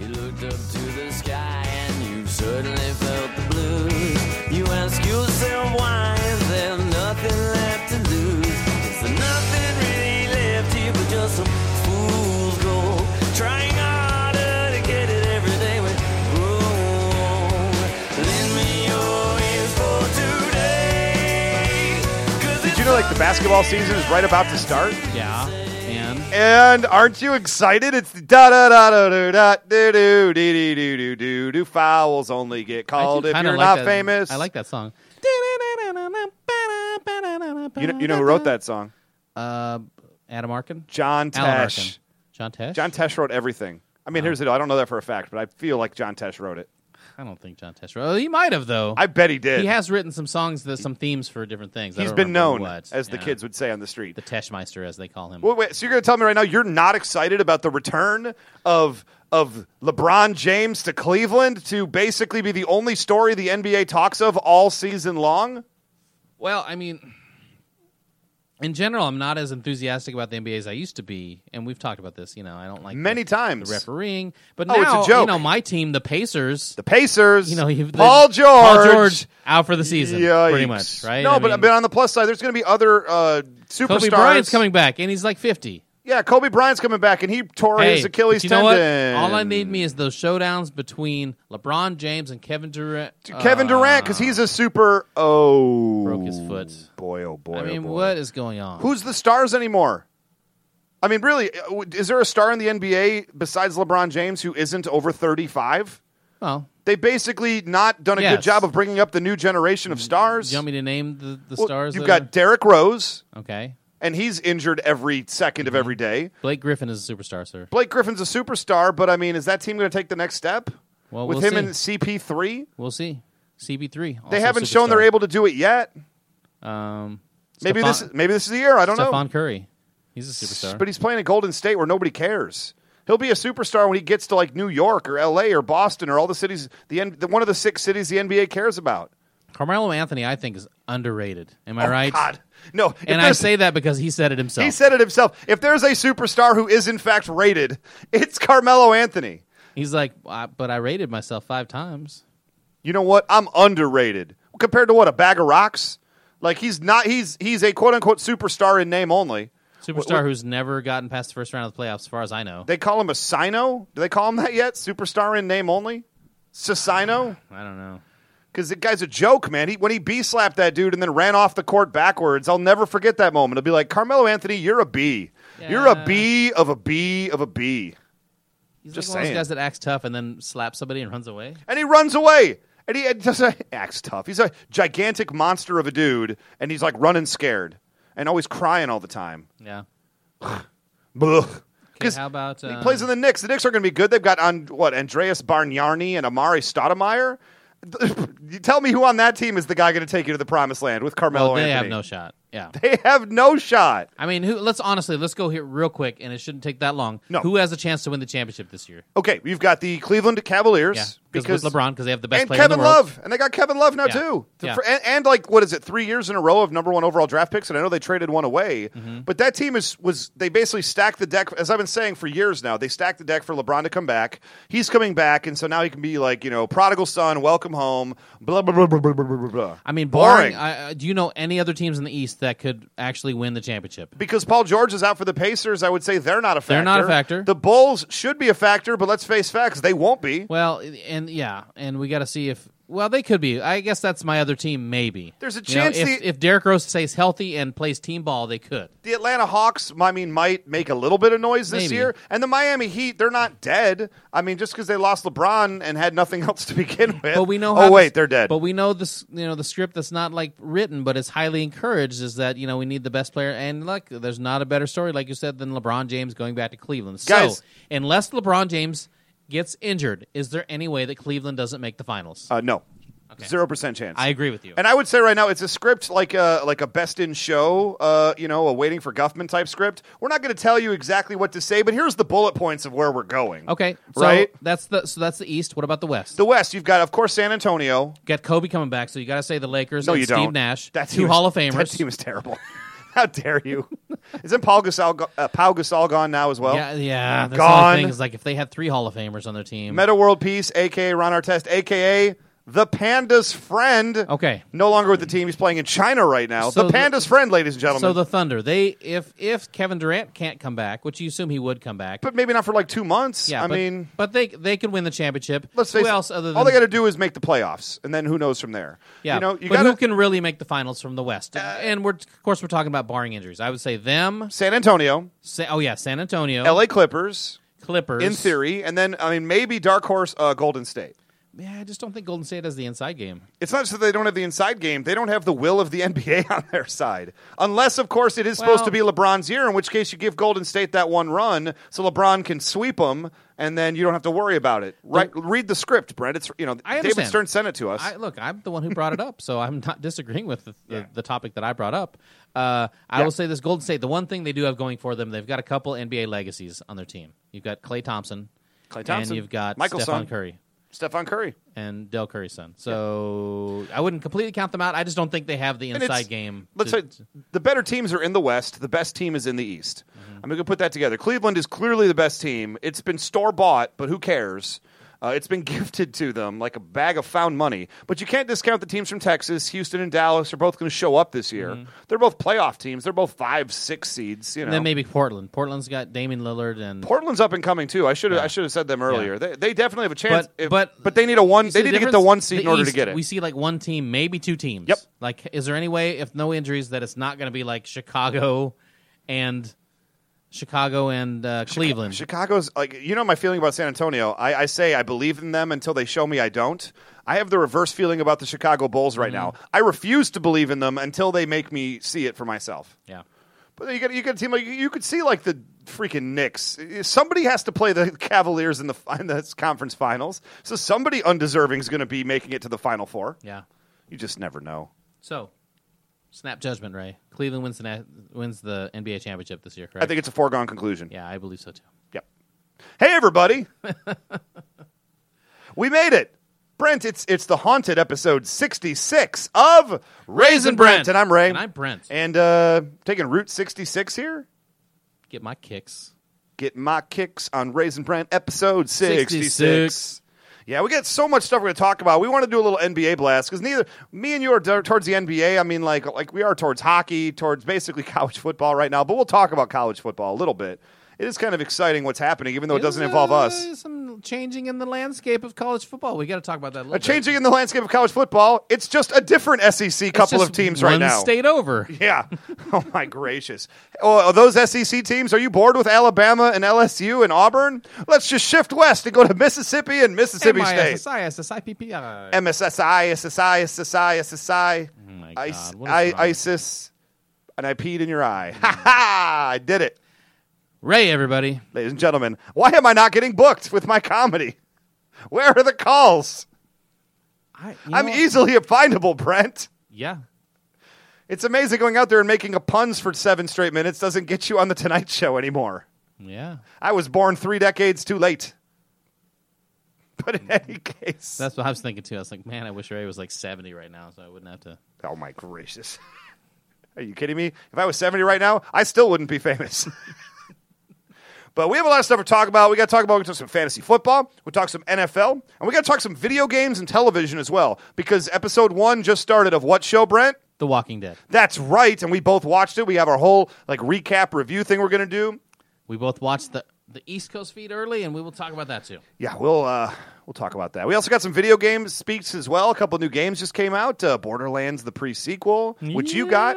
looked up to the sky and you certainly felt the blues. You ask yourself why is there nothing left to lose? Is there nothing really left here but just some fool's gold? Trying harder to get it every day we grow old. Lend me your ears for today. 'cause Did you know like the basketball season is right about to start? Yeah. And And aren't you excited? It's the da da da da do da do do do do do do do fouls only get called I if do kinda you're like not that- famous. I like that song. you know, you know who wrote that song? Uh, Adam Arkin? John Alan Tesh. Arkin. John Tesh? John Tesh wrote everything. I mean, here's the deal. I don't know that for a fact, but I feel like John Tesh wrote it. I don't think John Tesh. Oh, he might have though. I bet he did. he has written some songs that some themes for different things. I He's don't been remember known what. as the Yeah. kids would say on the street. the Teshmeister, as they call him. Wait, wait, so you're going to tell me right now you're not excited about the return of of LeBron James to Cleveland to basically be the only story the NBA talks of all season long? Well, I mean, in general, I'm not as enthusiastic about the NBA as I used to be, and we've talked about this. You know, I don't like Many the, times. the refereeing, but Oh, it's a now you joke. know my team, the Pacers. The Pacers, you know, you've- Paul George, Paul George out for the season, pretty Yikes. much, right? No, I but mean, but on the plus side, there's going to be other uh, superstars. Kobe Bryant's coming back, and he's like 50. Yeah, Kobe Bryant's coming back, and he tore Hey, his Achilles but you know what? tendon. All I need me is those showdowns between LeBron James and Kevin Durant. Ah, Kevin Durant because he's a super. Oh, Broke his foot. Boy, oh boy. I oh mean, boy. what is going on? Who's the stars anymore? I mean, really, uh, w- is there a star in the NBA besides LeBron James who isn't over 35? Well, They basically not done a Yes. good job of bringing up the new generation of stars. do you want me to name the, the Well, stars? You've that got Derrick Rose, are- okay. and he's injured every 2nd of Mm-hmm. every day. Blake Griffin is a superstar, sir. Blake Griffin's a superstar, but I mean, is that team going to take the next step Well, with we'll him see. and CP3? We'll see. CB3. They haven't shown they're able to do it yet. Um, Maybe Stephon- this is, maybe this is the year. I don't know. Stephon Curry. He's a superstar. But he's playing at Golden State where nobody cares. He'll be a superstar when he gets to like New York or L.A. or Boston or all the cities. The, N- the one of the six cities the NBA cares about. Carmelo Anthony, I think, is underrated. Am I right? Oh, God, no. if And I there's- say that because he said it himself. he said it himself. If there's a superstar who is in fact rated, it's Carmelo Anthony. He's like, "I- but I rated myself five times. You know what? I'm underrated compared to what a bag of rocks. Like he's not. He's he's a quote unquote superstar in name only. Superstar who's never gotten past the first round of the playoffs, as far as I know. They call him a sino. Do they call him that yet? Superstar in name only. Sino. I don't know. Because the guy's a joke, man. He, when he B slapped that dude and then ran off the court backwards, I'll never forget that moment. I'll be like, Carmelo Anthony, you're a B. You're a Yeah. B of a B of a B. He's Just like one of saying. those guys that acts tough and then slaps somebody and runs away. And he runs away. And he and just acts tough. He's a gigantic monster of a dude, and he's like running scared and always crying all the time. Yeah. Okay, Because how about uh, he plays in the Knicks. The Knicks are going to be good. They've got on what Andreas Barnyarny and Amari Stoudemire. you tell me who on that team is the guy going to take you to the promised land with Carmelo well, they Anthony? have no shot. Yeah. They have no shot. I mean, who? Let's honestly, let's go here real quick, and it shouldn't take that long. No. Who has a chance to win the championship this year? Okay, you've got the Cleveland Cavaliers Yeah, because with LeBron, because they have the best and player Kevin in the world. Love, and they got Kevin Love now Yeah. too. The- Yeah. for- and, and like what is it? Three years in a row of number one overall draft picks, and I know they traded one away, Mm-hmm. but that team is was they basically stacked the deck as I've been saying for years now. They stacked the deck for LeBron to come back. He's coming back, and so now he can be like you know prodigal son, welcome home, blah blah blah blah blah blah blah. blah. I mean, Boring. boring. I, I- do you know any other teams in the East that could actually win the championship? because Paul George is out for the Pacers, I would say they're not a factor. They're not a factor. The Bulls should be a factor, but let's face facts, they won't be. Well, and yeah, and we got to see if. Well, they could be. I guess that's my other team. Maybe There's a You know, chance if, the- if Derrick Rose stays healthy and plays team ball, they could. the Atlanta Hawks, I mean, might make a little bit of noise this Maybe. year. And the Miami Heat, they're not dead. I mean, just because they lost LeBron and had nothing else to begin with. But we know. Oh How this- wait, they're dead. But we know this. You know the script that's not like written, but it's highly encouraged. Is that you know we need the best player, and look, there's not a better story like you said than LeBron James going back to Cleveland. Guys- so unless LeBron James gets injured, is there any way that Cleveland doesn't make the finals? uh, no, zero percent chance. I agree with you. And I would say right now it's a script like a like a best in show, uh, you know, a waiting for Guffman type script. We're not going to tell you exactly what to say, but here's the bullet points of where we're going. okay, so Right. That's the so that's the East. What about the West? The West, you've got of course San Antonio. got Kobe coming back, so you got to say the Lakers. No, and you Steve don't. Nash, That two team is- Hall of That Famers. team is terrible. How dare you? Isn't Paul Gasol, go- uh, Paul Gasol gone now as well? yeah, yeah. That's Gone. another thing. Is like if they had three Hall of Famers on their team. Meta World Peace, aka Ron Artest, aka the Panda's friend. okay. No longer with the team. He's playing in China right now. So the the- Panda's friend, ladies and gentlemen. So the Thunder, they if if Kevin Durant can't come back, which you assume he would come back. but maybe not for like two months. yeah, I but, mean, but they they could win the championship. let's face who it. else other than all they got to do is make the playoffs, and then who knows from there. Yeah, you know, you Uh, but got who can really make the finals from the West? and we're of course we're talking about barring injuries. I would say them. San Antonio, Sa- oh yeah, San Antonio, L.A. Clippers, Clippers. in theory, and then I mean maybe dark horse uh, Golden State. yeah, I just don't think Golden State has the inside game. It's not just that they don't have the inside game; they don't have the will of the NBA on their side. Unless, of course, it is supposed to Well- be LeBron's year, in which case you give Golden State that one run, so LeBron can sweep them, and then you don't have to worry about it. Right? Read the script, Brent. It's you know I David understand. Stern sent it to us. I, look, I'm the one who brought it up, so I'm not disagreeing with the, the, the topic that I brought up. Uh, I Yeah. will say this: Golden State. The one thing they do have going for them, they've got a couple NBA legacies on their team. You've got Clay Thompson, Klay Thompson, and you've got Michael's Stephon son. Curry Stephon Curry. and Del Curry's son. So I wouldn't completely count them out. I just don't think they have the And it's- inside game. Let's to- say the better teams are in the West. The best team is in the East. Mm-hmm. I'm going to put that together. Cleveland is clearly the best team. It's been store bought, but who cares? Uh, it's been gifted to them like a bag of found money. But you can't discount the teams from Texas, Houston, and Dallas are both going to show up this year. They're both playoff teams. They're both five, six seeds. You know, Mm-hmm. and then maybe Portland. Portland's got Damian Lillard and Portland's up and coming too. I should have I should have said them earlier. They, they definitely have a chance. But- but- they need a one. You see They need to get the difference? one seed in order to East, get it. We see like one team, maybe two teams. Yep. Like, is there any way, if no injuries, that it's not going to be like Chicago and Chicago and uh, Cleveland? Chicago's like you know my feeling about San Antonio. I, I say I believe in them until they show me I don't. I have the reverse feeling about the Chicago Bulls right now. I refuse to believe in them until they make me see it for myself. yeah. But then you got you got a team like you could see like the freaking Knicks. Somebody has to play the Cavaliers in the in the conference finals. So somebody undeserving is going to be making it to the final four. Yeah. You just never know. So, snap judgment, Ray. Cleveland wins the na- wins the NBA championship this year, correct? I think it's a foregone conclusion. yeah, I believe so too. Yep. Hey everybody. we made it. Brent, it's it's the haunted episode 66 of Raisin Brent. and I'm Ray. And I'm Brent. And, uh taking Route 66 here. Get my kicks. Get my kicks on Raisin Brent episode 66. 66. Yeah, we got so much stuff we're going to talk about. We want to do a little NBA blast because neither me and you are d- towards the NBA. I mean, like like we are towards hockey, towards basically college football right now. But we'll talk about college football a little bit. It is kind of exciting what's happening, even though it doesn't Uh, involve us. Some changing in the landscape of college football. We got to talk about that. A, little A bit. changing in the landscape of college football. It's just a different SEC It's couple just of teams one right now. State over. Yeah. Oh my gracious. Oh, are those SEC teams. Are you bored with Alabama and LSU and Auburn? Let's just shift west and go to Mississippi and Mississippi State. MISSISSIPPI. MSSI, SSI, SSI, SSI, Oh, my God, IS- what is I- wrong? ISIS, and I peed in your eye. Ha ha! I did it, Ray, everybody. ladies and gentlemen. Why am I not getting booked with my comedy? Where are the calls? I, I'm easily findable, Brent. Yeah. It's amazing going out there and making a puns for seven straight minutes doesn't get you on the Tonight Show anymore. Yeah. I was born three decades too late. But in any case, That's what I was thinking too. I was like, man, I wish Ray was like 70 right now, so I wouldn't have to. oh my gracious. Are you kidding me? If I was 70 right now, I still wouldn't be famous. but we have a lot of stuff to talk about. We got to talk about we talk some fantasy football, we talk some NFL, and we got to talk some video games and television as well because episode 1 just started of what show, Brent? The Walking Dead. That's right, and we both watched it. We have our whole like recap review thing we're going to do. We both watched the, the East Coast feed early, and we will talk about that too. Yeah, we'll uh, we'll talk about that. We also got some video game speaks as well. A couple new games just came out: uh, Borderlands, the pre-sequel, which you got,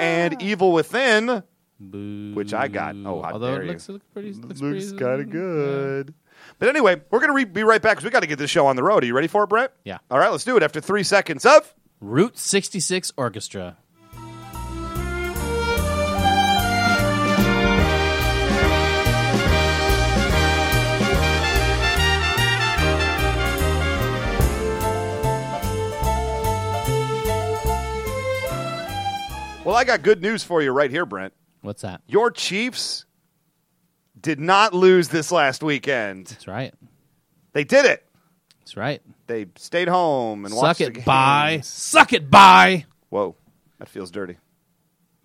and Evil Within. Boo. Which I got. Oh, how Although dare it you. looks, looks pretty. Looks, pretty- kind of good. But anyway, we're gonna re- be right back because we got to get this show on the road. Are you ready for it, Brett? Yeah. All right, let's do it. After three seconds of Route 66 Orchestra. well, I got good news for you right here, Brent. What's that? Your Chiefs did not lose this last weekend. That's right. They did it. That's right. They stayed home and Suck watched the it, games. bye. Suck it, bye. Whoa, that feels dirty.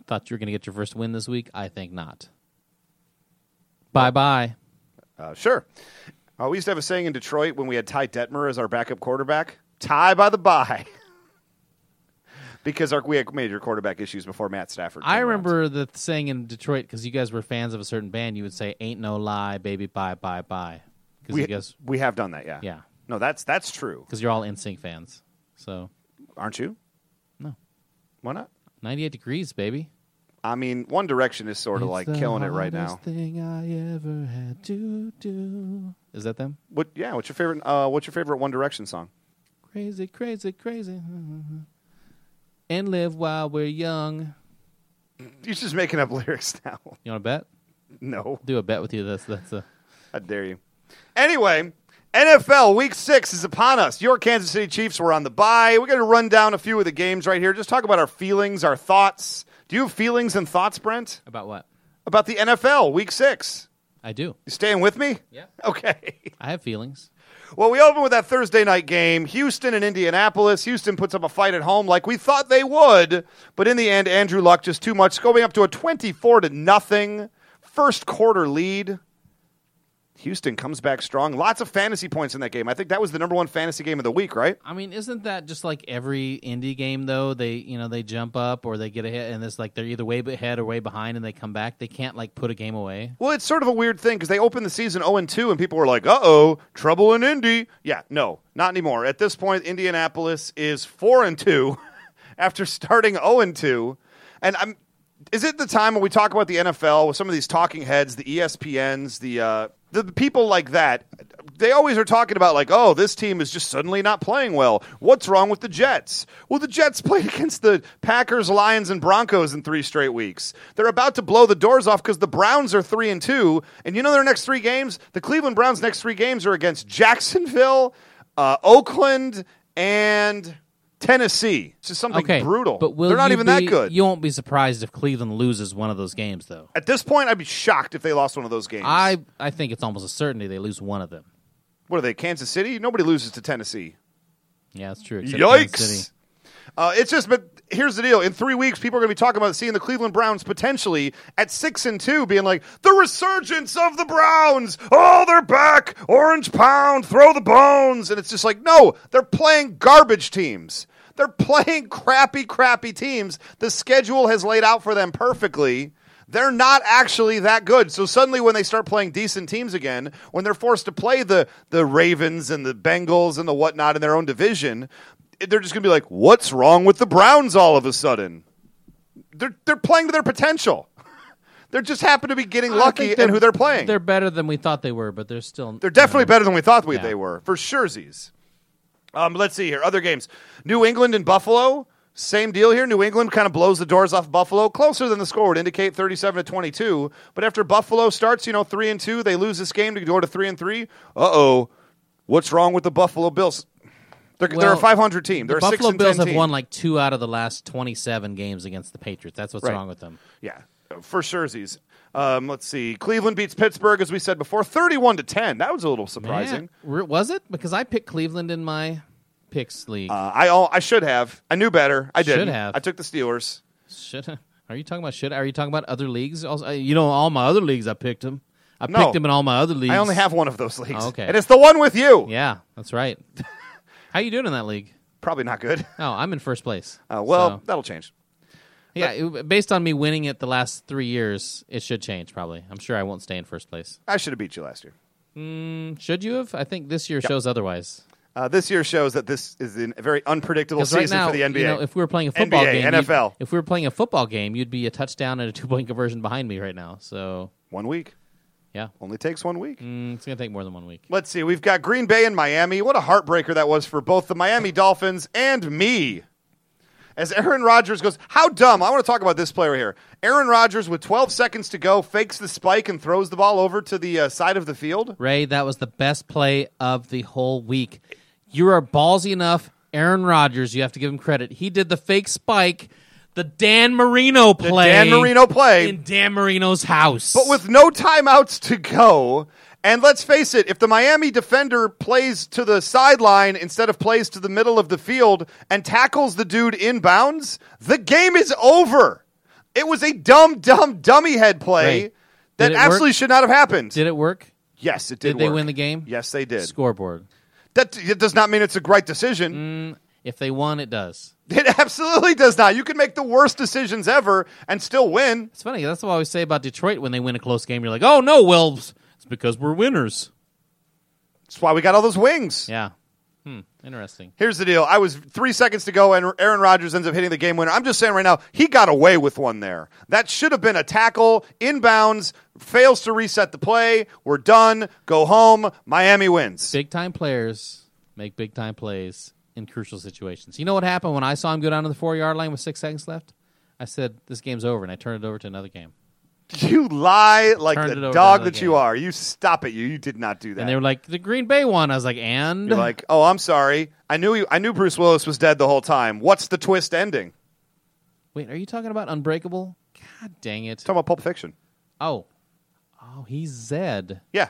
Thought you were going to get your first win this week. I think not. Bye bye. Uh, sure. Uh, we used to have a saying in Detroit when we had Ty Detmer as our backup quarterback tie by the by. because our, we had major quarterback issues before Matt Stafford. I came around. remember the th- saying in Detroit because you guys were fans of a certain band. You would say, "Ain't no lie, baby, bye bye bye," because We, you guys, we have done that, yeah. yeah, No, that's that's true. because you're all NSYNC fans. So Aren't you? No. Why not? 98 degrees, baby. I mean, One Direction is sort of like killing it right now. Thing I ever had to do. Is that them? What? Yeah. What's your favorite? Uh, what's your favorite One Direction song? Crazy, crazy, crazy. And live while we're young. You're just making up lyrics now. You want to bet? no, Do a bet with you. That's that's a. I dare you. Anyway, NFL Week Six is upon us. Your Kansas City Chiefs were on the bye. We're going to run down a few of the games right here. Just talk about our feelings, our thoughts. Do you have feelings and thoughts, Brent, About what? about the NFL Week Six? I do. You staying with me? Yeah. Okay. I have feelings. Well, we open with that Thursday night game. Houston and Indianapolis. Houston puts up a fight at home like we thought they would, but in the end, Andrew Luck just too much, going up to a 24 to nothing first quarter lead. Houston comes back strong. Lots of fantasy points in that game. I think that was the number one fantasy game of the week, right? I mean, isn't that just like every indie game though? They you know they jump up or they get ahead, and it's like they're either way ahead or way behind, and they come back. They can't like put a game away. Well, it's sort of a weird thing because they opened the season 0 2, and people were like, uh oh, trouble in Indy. Yeah, no, not anymore. At this point, Indianapolis is 4 and 2 after starting 0 and 2. And I'm. Is it the time when we talk about the NFL with some of these talking heads, the E ESPNs, the uh, the people like that? They always are talking about like, oh, this team is just suddenly not playing well. What's wrong with the Jets? Well, the Jets played against the Packers, Lions, and Broncos in three straight weeks. They're about to blow the doors off because the Browns are three and two, and you know their next three games. The Cleveland Browns' next three games are against Jacksonville, uh, Oakland, and Tennessee. It's just something Okay, brutal. But will they're not you even be- that good. You won't be surprised if Cleveland loses one of those games though. At this point, I'd be shocked if they lost one of those games. I I think it's almost a certainty they lose one of them. what are they? Kansas City? Nobody loses to Tennessee. Yeah, that's true. except Kansas Yikes! City. Uh, it's just, but here's the deal: in three weeks, people are going to be talking about seeing the Cleveland Browns potentially at six and two, being like the resurgence of the Browns. Oh, they're back! Orange Pound, throw the bones, and it's just like, no, they're playing garbage teams. They're playing crappy, crappy teams. The schedule has laid out for them perfectly. They're not actually that good. So suddenly, when they start playing decent teams again, when they're forced to play the the Ravens and the Bengals and the whatnot in their own division, they're just going to be like, "What's wrong with the Browns?" All of a sudden, they're they're playing to their potential. they just happen to be getting I lucky think in who they're playing. They're They're, better than we thought they were, but they're still definitely better than we thought we, Yeah. they were for surezies. Um, let's see here. Other games: New England and Buffalo. Same deal here. New England kind of blows the doors off Buffalo, closer than the score would indicate, thirty-seven to twenty-two. But after Buffalo starts, you know, three and two, they lose this game to go to three and three. Uh oh, what's wrong with the Buffalo Bills? They're, they're a Well, five hundred team. They're a six Buffalo and 10 Bills have team. won like two out of the last twenty-seven games against the Patriots. That's what's Right. wrong with them. Yeah, for surezies. Um, let's see. Cleveland beats Pittsburgh, as we said before, thirty-one to ten. That was a little surprising. Yeah. Re- Was it? Because I picked Cleveland in my picks league. Uh, I all, I should have. I knew better. I Should didn't. have. I took the Steelers. should are you talking about should? Are you talking about other leagues? Also, uh, you know, all my other leagues, I picked them. I No. picked them in all my other leagues. I only have one of those leagues, Oh, okay. and it's the one with you. Yeah, that's right. How you doing in that league? Probably not good. Oh, I'm in first place. Uh, well, So, that'll change. yeah, it- based on me winning it the last three years, it should change probably. I'm sure I won't stay in first place. I should have beat you last year. Mm, Should you have? I think this year shows otherwise. Uh, this year shows that this is a very unpredictable 'Cause season right now, for the NBA. you know, if we were playing a football NBA, game, you'd- NFL. If we were playing a football game, you'd be a touchdown and a two point conversion behind me right now. So one week yeah, only takes one week. Mm, it's gonna take more than one week. Let's see. We've got Green Bay and Miami. What a heartbreaker that was for both the Miami Dolphins and me. As Aaron Rodgers goes, how dumb. I want to talk about this player here. Aaron Rodgers, with 12 seconds to go, fakes the spike and throws the ball over to the uh, side of the field. Ray, that was the best play of the whole week. You are ballsy enough, Aaron Rodgers. You have to give him credit. He did the fake spike, the Dan Marino play, Dan Marino play. in Dan Marino's house, but with no timeouts to go. And let's face it, if the Miami defender plays to the sideline instead of plays to the middle of the field and tackles the dude inbounds, the game is over. It was a dumb, dumb, dummy head play Right. that Did it absolutely work? should not have happened. Did it work? yes, it did. Did, they work. win the game? Yes, they did. Scoreboard. That it does not mean it's a great decision. If they won, it does. It absolutely does not. You can make the worst decisions ever and still win. It's funny. That's what I always say about Detroit when they win a close game. You're like, oh no, well, it's because we're winners. That's why we got all those wings. Yeah. Hmm. Interesting. Here's the deal. I was three seconds to go, and Aaron Rodgers ends up hitting the game winner. I'm just saying right now, he got away with one there. That should have been a tackle, inbounds, fails to reset the play. We're done. Go home. Miami wins. Big time players make big time plays in crucial situations. You know what happened when I saw him go down to the four yard line with six seconds left? I said, "This game's over," and I turned it over to another game. You lie like Turned it over the to dog another that you game. are. You stop it. You you did not do that. And they were like, "The Green Bay won." I was like, "And You're like, oh, I'm sorry. I knew you, I knew Bruce Willis was dead the whole time. What's the twist ending? wait, are you talking about Unbreakable? God dang it! Talking about Pulp Fiction. Oh, oh, he's Zed. Yeah.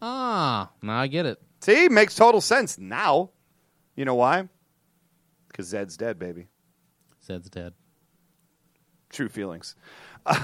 Ah, now I get it. See, makes total sense now. You know why? Because Zed's dead, baby. Zed's dead. true feelings.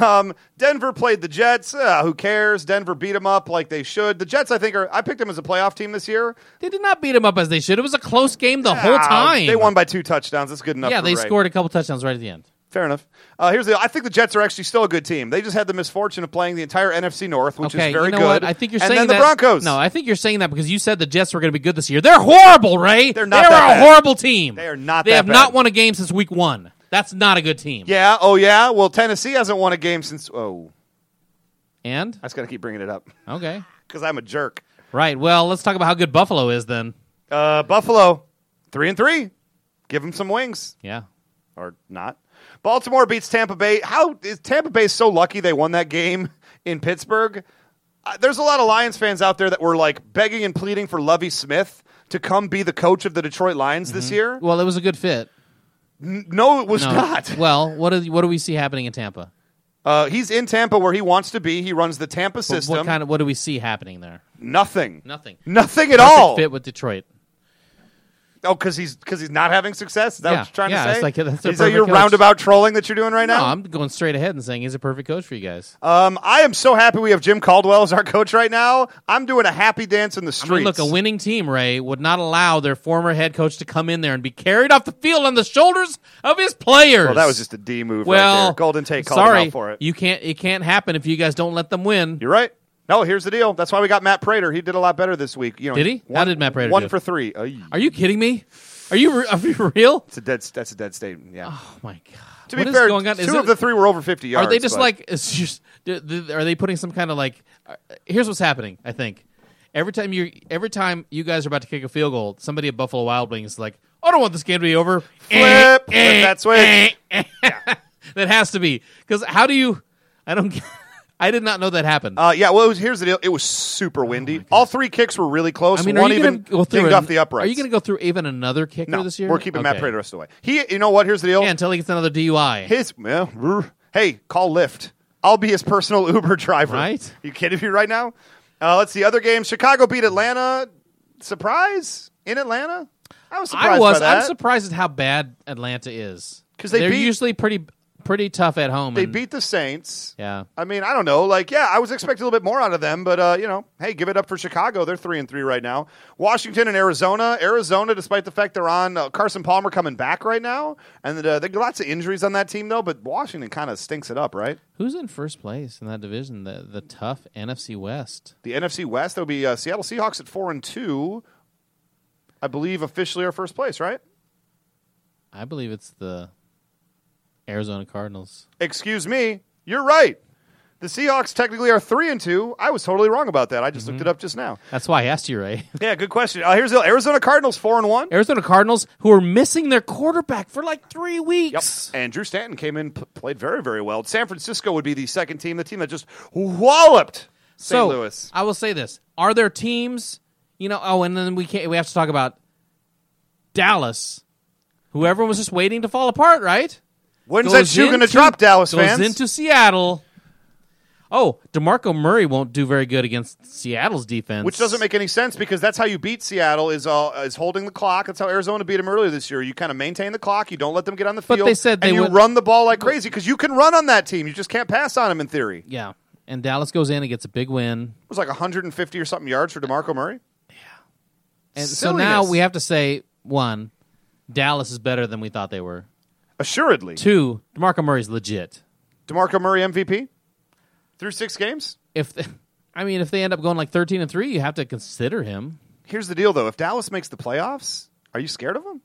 Um, Denver played the Jets. Uh, who cares? Denver beat them up like they should. The Jets, I think, are. I picked them as a playoff team this year. They did not beat him up as they should. It was a close game the whole Ah, time. they won by two touchdowns. That's good enough. Yeah, for they Ray. scored a couple touchdowns right at the end. Fair enough. Uh, here's the. I think the Jets are actually still a good team. They just had the misfortune of playing the entire NFC North, which okay, is very you know good. what? I think you're and saying then the that- Broncos. No, I think you're saying that because you said the Jets were going to be good this year. They're horrible, Ray. They're not They're that a bad. horrible team. They are not They that have not bad. won a game since week one. That's not a good team. yeah. Oh yeah. Well, Tennessee hasn't won a game since. Oh, And I just gotta keep bringing it up okay, because I'm a jerk. right. Well, let's talk about how good Buffalo is then. Uh, Buffalo, three and three. Give them some wings. Yeah. or not. Baltimore beats Tampa Bay. How is Tampa Bay so lucky they won that game in Pittsburgh? Uh, there's a lot of Lions fans out there that were like begging and pleading for Lovey Smith to come be the coach of the Detroit Lions this year. Well, it was a good fit. N- no, it was Mm-hmm. No. not. Well, what do what do we see happening in Tampa? Uh, he's in Tampa where he wants to be. He runs the Tampa But system. What kind of what do we see happening there? Nothing. Nothing. Nothing at Perfect all. fit with Detroit. Oh, because he's because he's not having success. Is that Yeah. what you're trying Yeah, to it's say? like- that's a is that your perfect coach. roundabout trolling that you're doing right No, now? I'm going straight ahead and saying he's a perfect coach for you guys. Um, I am so happy we have Jim Caldwell as our coach right now. I'm doing a happy dance in the I mean, streets. look, a winning team, Ray, would not allow their former head coach to come in there and be carried off the field on the shoulders of his players. Well, that was just a D move right well, there. Golden Tate called sorry, him out for it. You can't. It can't happen if you guys don't let them win. You're right. No, here's the deal. That's why we got Matt Prater. He did a lot better this week. You know, Did he? How one- did Matt Prater One do? for three. Ay. Are you kidding me? Are you re- are you real? It's a dead. That's a dead statement. Yeah. Oh my god! to be What is fair, going on? two Is of it- the three were over 50 yards. Are they just but- like? It's just, do- do- are they putting some kind of like? uh, Here's what's happening. I think every time you every time you guys are about to kick a field goal, somebody at Buffalo Wild Wings is like, "I don't want this game to be over." flip? Flip that switch. eh. that has to be because how do you? I don't. get- I did not know that happened. Uh, yeah. Well, it was, here's the deal. It was super windy. All three kicks were really close. Oh I mean, one are you even gonna go through? dinged an- off the uprights. Are you going to go through even another kicker no, this year? We're keeping Matt Okay. Prater the away. He. You know what? Here's the deal. Yeah, until he gets another DUI. His well, brr. hey, call Lyft. I'll be his personal Uber driver. Right? You kidding me right now? Uh, let's see other games. Chicago beat Atlanta. Surprise in Atlanta. I was surprised I was. by that. I'm surprised at how bad Atlanta is 'Cause they are beat- usually pretty pretty tough at home. they and- beat the Saints. Yeah. I mean, I don't know. Like, yeah, I was expecting a little bit more out of them, but uh, you know, hey, give it up for Chicago. They're three and three right now. Washington and Arizona. Arizona, despite the fact they're on uh, Carson Palmer coming back right now, and uh, they got lots of injuries on that team though. But Washington kind of stinks it up, right? Who's in first place in that division? The the tough NFC West. The NFC West, there'll be uh, Seattle Seahawks at four and two. I believe officially are first place, right? I believe it's the Arizona Cardinals. Excuse me, you're right. The Seahawks technically are three and two. I was totally wrong about that. I just looked it up just now. That's why I asked you, Ray. Mm-hmm. Yeah, good question. Uh, here's the Arizona Cardinals four and one. Arizona Cardinals who are missing their quarterback for like three Yep. weeks. And Drew Stanton came in, p- played very, very well. San Francisco would be the second team, the team that just walloped St. So Louis. I will say this: Are there teams? You know. Oh, and then we can't. We have to talk about Dallas, who everyone was just waiting to fall apart, right? When's that shoe going to drop, Dallas goes fans? into Seattle. oh, DeMarco Murray won't do very good against Seattle's defense. Which doesn't make any sense because that's how you beat Seattle is uh, is holding the clock. That's how Arizona beat them earlier this year. You kind of maintain the clock. You don't let them get on the But field. they said they and you would- run the ball like crazy because you can run on that team. You just can't pass on them in theory. It Yeah. And Dallas goes in and gets a big win. was like 150 or something yards for Demarco Murray. And so now Silliness. we have to say one, Dallas is better than we thought they were. Assuredly, Two, DeMarco Murray's legit. Demarco Murray MVP through six games. If I mean, if they end up going like thirteen and three, you have to consider him. Here's the deal, though: if Dallas makes the playoffs, are you scared of them?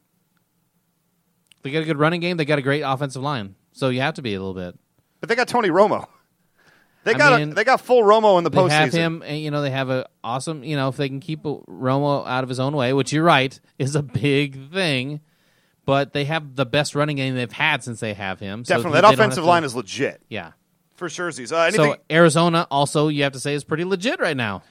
They got a good running game. They got a great offensive line. So you have to be a little bit. But they got Tony Romo. They I got mean, a, they got full Romo in the They postseason. have him, and you know they have a awesome. You know if they can keep uh, Romo out of his own way, which you're right is a big thing, but they have the best running game they've had since they have him. so Definitely, they that don't have offensive to- line is legit yeah. for sure. Uh, anything, So Arizona also you have to say is pretty legit right now.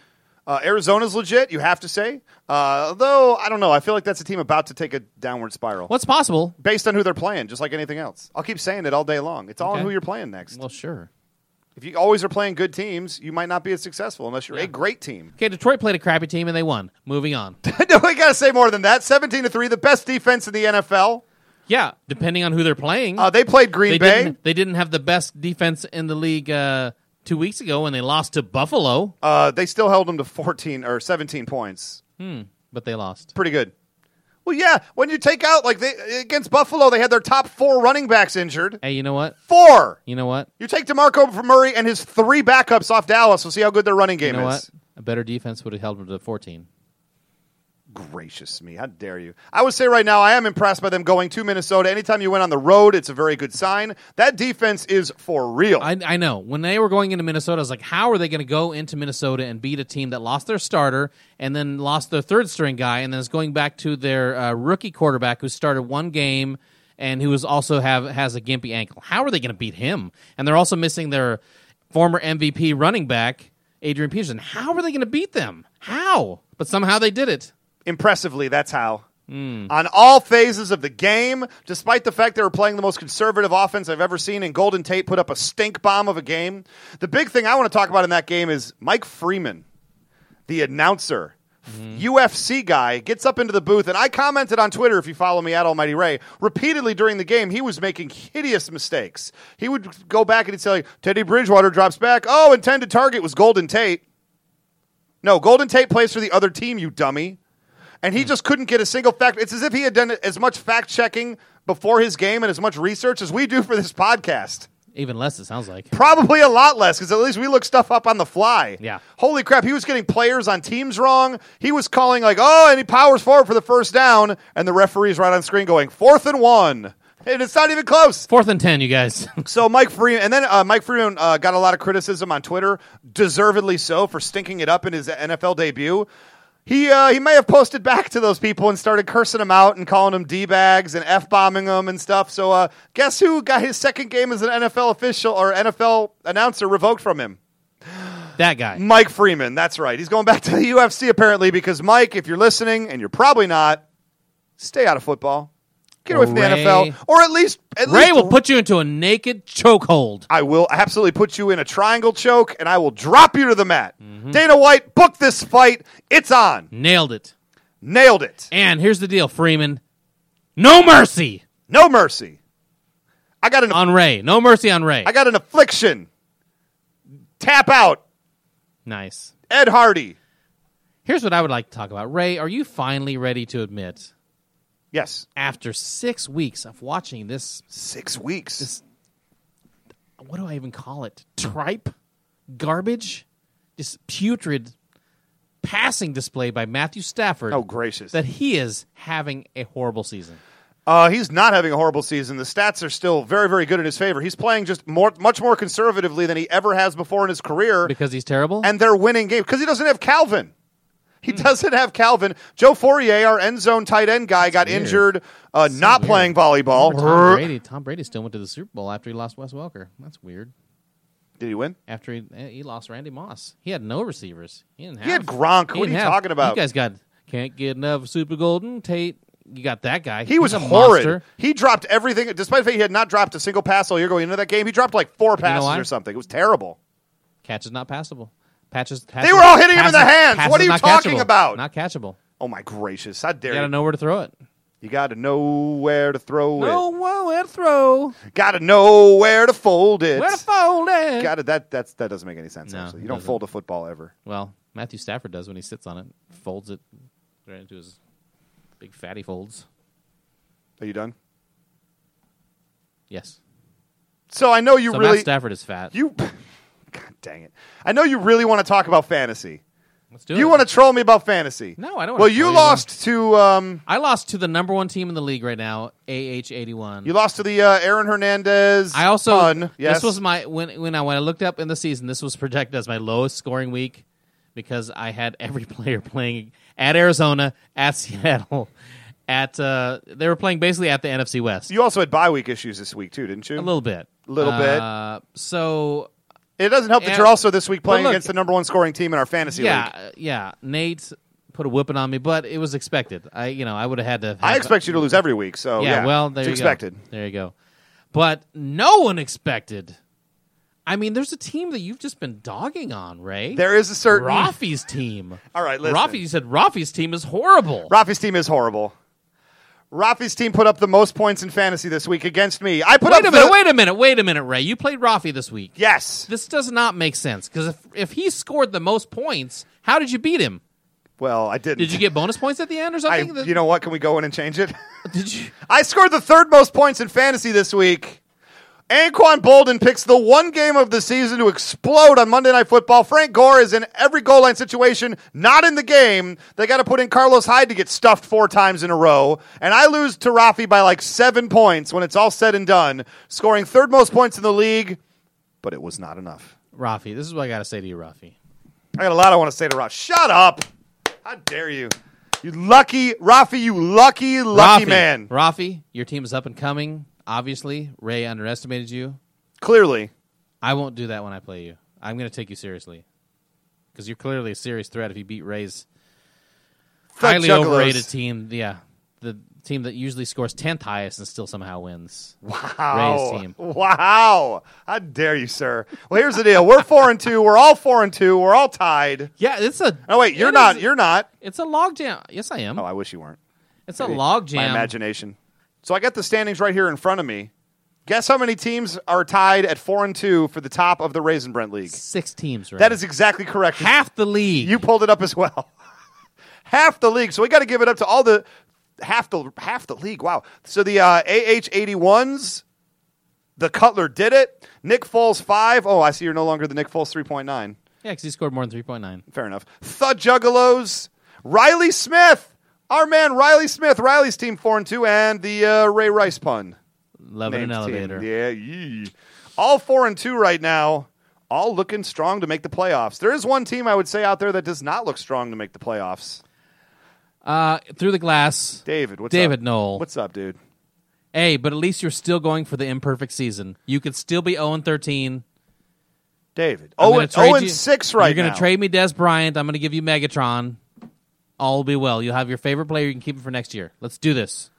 Uh, Arizona's legit, you have to say. Uh, though, I don't know. I feel like that's a team about to take a downward spiral What's possible? based on who they're playing, just like anything else. I'll keep saying it all day long. It's all Okay. on who you're playing next. Well, sure. if you always are playing good teams, you might not be as successful unless you're a great team. Okay, Detroit played a crappy team and they won. Moving on. no, we got to say more than that. 17 to 3, the best defense in the NFL. yeah, depending on who they're playing. Uh, they played Green they Bay. didn't. They didn't have the best defense in the league uh, two weeks ago when they lost to Buffalo, Uh, they still held them to 14 or 17 points. but they lost. Pretty good. Well, yeah, when you take out, like, they, against Buffalo, they had their top four running backs injured. Hey, you know what? Four. You know what? You take DeMarco from Murray and his three backups off Dallas. We'll see how good their running You game know what? is. A better defense would have held them to fourteen. Gracious me. How dare you? I would say right now, I am impressed by them going to Minnesota. Anytime you went on the road, it's a very good sign. That defense is for real. I, I know. When they were going into Minnesota, I was like, how are they going to go into Minnesota and beat a team that lost their starter and then lost their third string guy and then is going back to their uh, rookie quarterback who started one game and who is also have has a gimpy ankle? How are they going to beat him? And they're also missing their former MVP running back, Adrian Peterson. How are they going to beat them? How? But somehow they did it. Impressively, that's how. On all phases of the game, despite the fact they were playing the most conservative offense I've ever seen, and Golden Tate put up a stink bomb of a game. The big thing I want to talk about in that game is Mike Freeman. the announcer, UFC guy, gets up into the booth, and I commented on Twitter, if you follow me at Almighty Ray, repeatedly during the game, he was making hideous mistakes. He would go back and he'd say, like, Teddy Bridgewater drops back. Oh, intended target was Golden Tate. No, Golden Tate plays for the other team, you dummy. And he just couldn't get a single fact. It's as if he had done as much fact checking before his game and as much research as we do for this podcast. Even less, it sounds like. Probably a lot less because at least we look stuff up on the fly. Yeah. Holy crap, he was getting players on teams wrong. He was calling like, oh, and he powers forward for the first down, and the referee's right on screen going fourth and one, and it's not even close. Fourth and 10, you guys. So Mike Freeman, and then uh, Mike Freeman uh, got a lot of criticism on Twitter, deservedly so, for stinking it up in his NFL debut. He uh, he may have posted back to those people and started cursing them out and calling them d bags and f bombing them and stuff. So uh, guess who got his second game as an NFL official or NFL announcer revoked from him? that guy. Mike Freeman. That's right. He's going back to the UFC apparently because Mike, if you're listening, and you're probably not, stay out of football. Get away from the Ray- NFL, or at least at Ray least will put you into a naked chokehold. I will absolutely put you in a triangle choke and I will drop you to the mat. Mm-hmm. Dana White, book this fight. It's on. Nailed it. Nailed it. And here's the deal, Freeman. No mercy No mercy. I got an on Ray. No mercy on Ray. I got an affliction. Tap out. nice. Ed Hardy. Here's what I would like to talk about. Ray, are you finally ready to admit, Yes. after six weeks of watching this, Six weeks. what do I even call it? Tripe? Garbage? This putrid passing display by Matthew Stafford. oh gracious. That he is having a horrible season. Uh, he's not having a horrible season. The stats are still very, very good in his favor. He's playing just more, much more conservatively than he ever has before in his career, Because he's terrible? and they're winning games because he doesn't have Calvin. He Hmm. doesn't have Calvin. Joe Fourier, our end zone tight end guy, got weird. injured uh, not weird. playing Tom volleyball. Brady. Tom Brady still went to the Super Bowl after he lost Wes Welker. That's weird. Did he win? after he, he lost Randy Moss. He had no receivers. He didn't have. had Gronk. he What are didn't you have- talking about? You guys got can't get enough Super Golden Tate. You got that guy. He was He's a horrid. Monster. He dropped everything, despite the fact he had not dropped a single pass all year going into that game. He dropped like four passes why? or something. It was terrible. Catch is not passable. Patches. They were all hitting him in the hands. pass What is are you not talking catchable. about? Not catchable. Oh my gracious! I dare You you. got to know where to throw it. You got to know where to throw No, whoa, where to throw? it. Got to know where to fold it. Where to fold it? Got to that. That's that doesn't make any sense. No, actually, it you don't doesn't. fold a football ever. Well, Matthew Stafford does when he sits on it, folds it right into his big fatty folds. Are you done? Yes. So I know you so really Matt Stafford is fat. you. God dang it! I know you really want to talk about fantasy. Let's do it. You want to troll me about fantasy? No, I don't wanna Well, you troll you. lost to um, I lost to the number one team in the league right now, AH eighty one. you lost to the uh, Aaron Hernandez. I also pun. Yes. this was my when when I when I looked up in the season, this was projected as my lowest scoring week because I had every player playing at Arizona, at Seattle, at uh, they were playing basically at the NFC West. you also had bye week issues this week too, didn't you? a little bit. Little bit. uh, bit. So It doesn't help that And- you're also this week playing look- against the number one scoring team in our fantasy yeah, league. uh, yeah. Nate put a whipping on me, but it was expected. I, you know, I would have had to. Have I expect you to lose every week, so Yeah, Oh, yeah, well, there it's you expected. go. There you go. But no one expected. I mean, there's a team that you've just been dogging on, Ray. There is a certain Rafi's team. All right, listen. Rafi you said Rafi's team is horrible. Rafi's team is horrible. Rafi's team put up the most points in fantasy this week against me. I put up wait a minute, the- wait a minute, wait a minute, Ray. You played Rafi this week. Yes. This does not make sense because if if he scored the most points, how did you beat him? Well, I didn't. Did you get bonus points at the end or I, something? you know what? Can we go in and change it? did you? I scored the third most points in fantasy this week. Anquan Bolden picks the one game of the season to explode on Monday Night Football. Frank Gore is in every goal line situation, not in the game. They got to put in Carlos Hyde to get stuffed four times in a row. And I lose to Rafi by like seven points when it's all said and done, scoring third most points in the league, but it was not enough. Rafi, this is what I got to say to you, Rafi. I got a lot I want to say to Rafi. Shut up. How dare you? You lucky, Rafi, you lucky, lucky Rafi, man. Rafi, your team is up and coming. Obviously, Ray underestimated you. Clearly. I won't do that when I play you. I'm going to take you seriously because you're clearly a serious threat if you beat Ray's Thug highly juggalos. overrated team. Yeah, the team that usually scores tenth highest and still somehow wins. Wow. Rays team. Wow. How dare you, sir? Well, here's the deal. We're four and two. We're all four and two. We're all tied. Yeah, it's a. Oh wait, you're it not. is- You're not. It's a logjam. Yes, I am. Oh, I wish you weren't. it's a logjam. My imagination. So I got the standings right here in front of me. Guess how many teams are tied at four and two for the top of the Raisin Brent League? Six teams. Ray. That is exactly correct. half the league. You pulled it up as well. half the league. So we got to give it up to all the half the half the league. Wow. So the uh, AH eighty ones. The Cutler did it. Nick Foles five. Oh, I see you're no longer the Nick Foles three point nine. yeah, because he scored more than three point nine. Fair enough. Thud Juggalos. Riley Smith. Our man Riley Smith. Riley's team four and two, and the uh, Ray Rice pun. Love in an Names team. elevator. Yeah, yee. all four and two right now. All looking strong to make the playoffs. There is one team I would say out there that does not look strong to make the playoffs. Uh, through the glass. David, what's David up? Knoll. What's up, dude? Hey, but at least you're still going for the imperfect season. You could still be 0 13. David. I'm Oh, gonna and, trade oh and you- six right You're gonna now. trade me Des Bryant. I'm going to give you Megatron. All will be well. You'll have your favorite player. You can keep him for next year. Let's do this.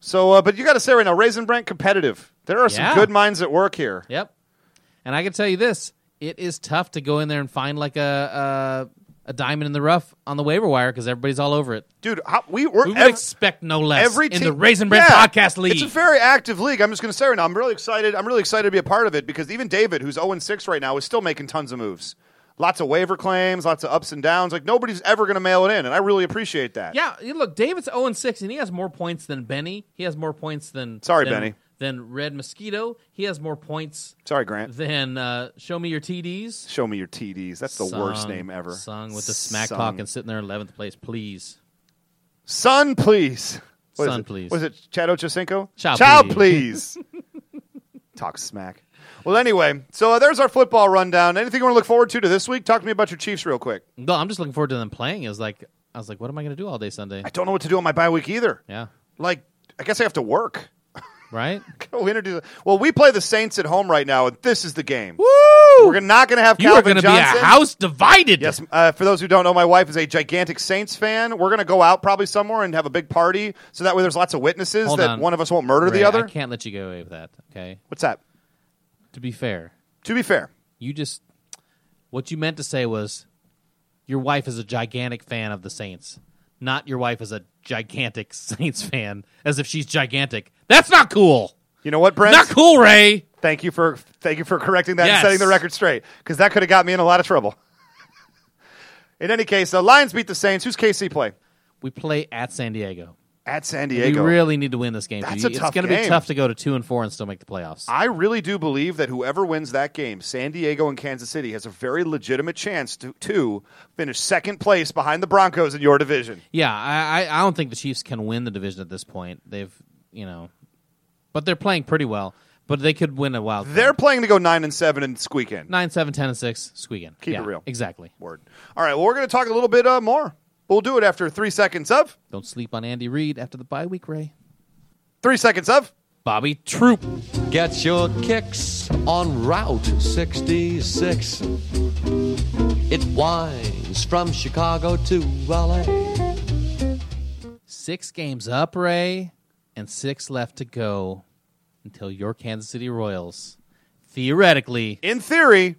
So, uh, but you got to say right now, Raisin Brent competitive. There are Yeah. some good minds at work here. Yep. And I can tell you this: it is tough to go in there and find like a a, a diamond in the rough on the waiver wire because everybody's all over it. Dude, how, we were We would ev- expect no less every in team, the Raisin Bread Yeah. Podcast League. It's a very active league. I'm just going to say right now, I'm really excited. I'm really excited to be a part of it because even David, who's 0 6 right now, is still making tons of moves. Lots of waiver claims, lots of ups and downs. Like nobody's ever going to mail it in, and I really appreciate that. yeah, you look, David's 0 and 6, and he has more points than Benny. He has more points than Sorry, than- Benny. than Red Mosquito. He has more points Sorry, Grant. than uh, Show Me Your TDs. Show me your TDs. That's the worst name ever. Sung with the smack Sung. talk and sitting there in eleventh place, please. Son, please. What is Son, it? please. Was it Chad Ochocinco? Child, please. Talk smack. Well, anyway, so uh, there's our football rundown. Anything you want to look forward to to this week? Talk to me about your Chiefs real quick. No, I'm just looking forward to them playing. It was like I was like, what am I going to do all day Sunday? I don't know what to do on my bye week either. yeah, Like, I guess I have to work. right. we introduce. Well, we play the Saints at home right now, and this is the game. Woo! We're not going to have You are Calvin going to be a Johnson. house divided. Yes, uh, for those who don't know, my wife is a gigantic Saints fan. We're going to go out probably somewhere and have a big party, so that way there's lots of witnesses Hold that on. one of us won't murder Ray, the other. I can't let you get away with that. Okay. What's that? To be fair, To be fair, you just what you meant to say was your wife is a gigantic fan of the Saints, not your wife is a gigantic Saints fan, as if she's gigantic. That's not cool. You know what, Brent? Not cool, Ray. Thank you for thank you for correcting that Yes. and setting the record straight because that could have got me in a lot of trouble. in any case, the Lions beat the Saints. Who's KC play We play at San Diego. at San We Diego? really need to win this game. That's dude. a it's tough gonna game. be tough to go to two and four and still make the playoffs. I really do believe that whoever wins that game, San Diego and Kansas City, has a very legitimate chance to, to finish second place behind the Broncos in your division. Yeah, I, I I don't think the Chiefs can win the division at this point. They've you know, but they're playing pretty well. But they could win a wild. They're playing to go nine and seven and squeak in. nine, seven, ten, and six. Squeak in. Keep it Yeah, real. Exactly. Word. All right. Well, we're going to talk a little bit uh, more. We'll do it after three seconds of Don't sleep on Andy Reid after the bye week, Ray. three seconds of. Bobby Troop. Get your kicks on Route 66. It winds from Chicago to LA. Six games up, Ray, and six left to go until your Kansas City Royals theoretically In theory,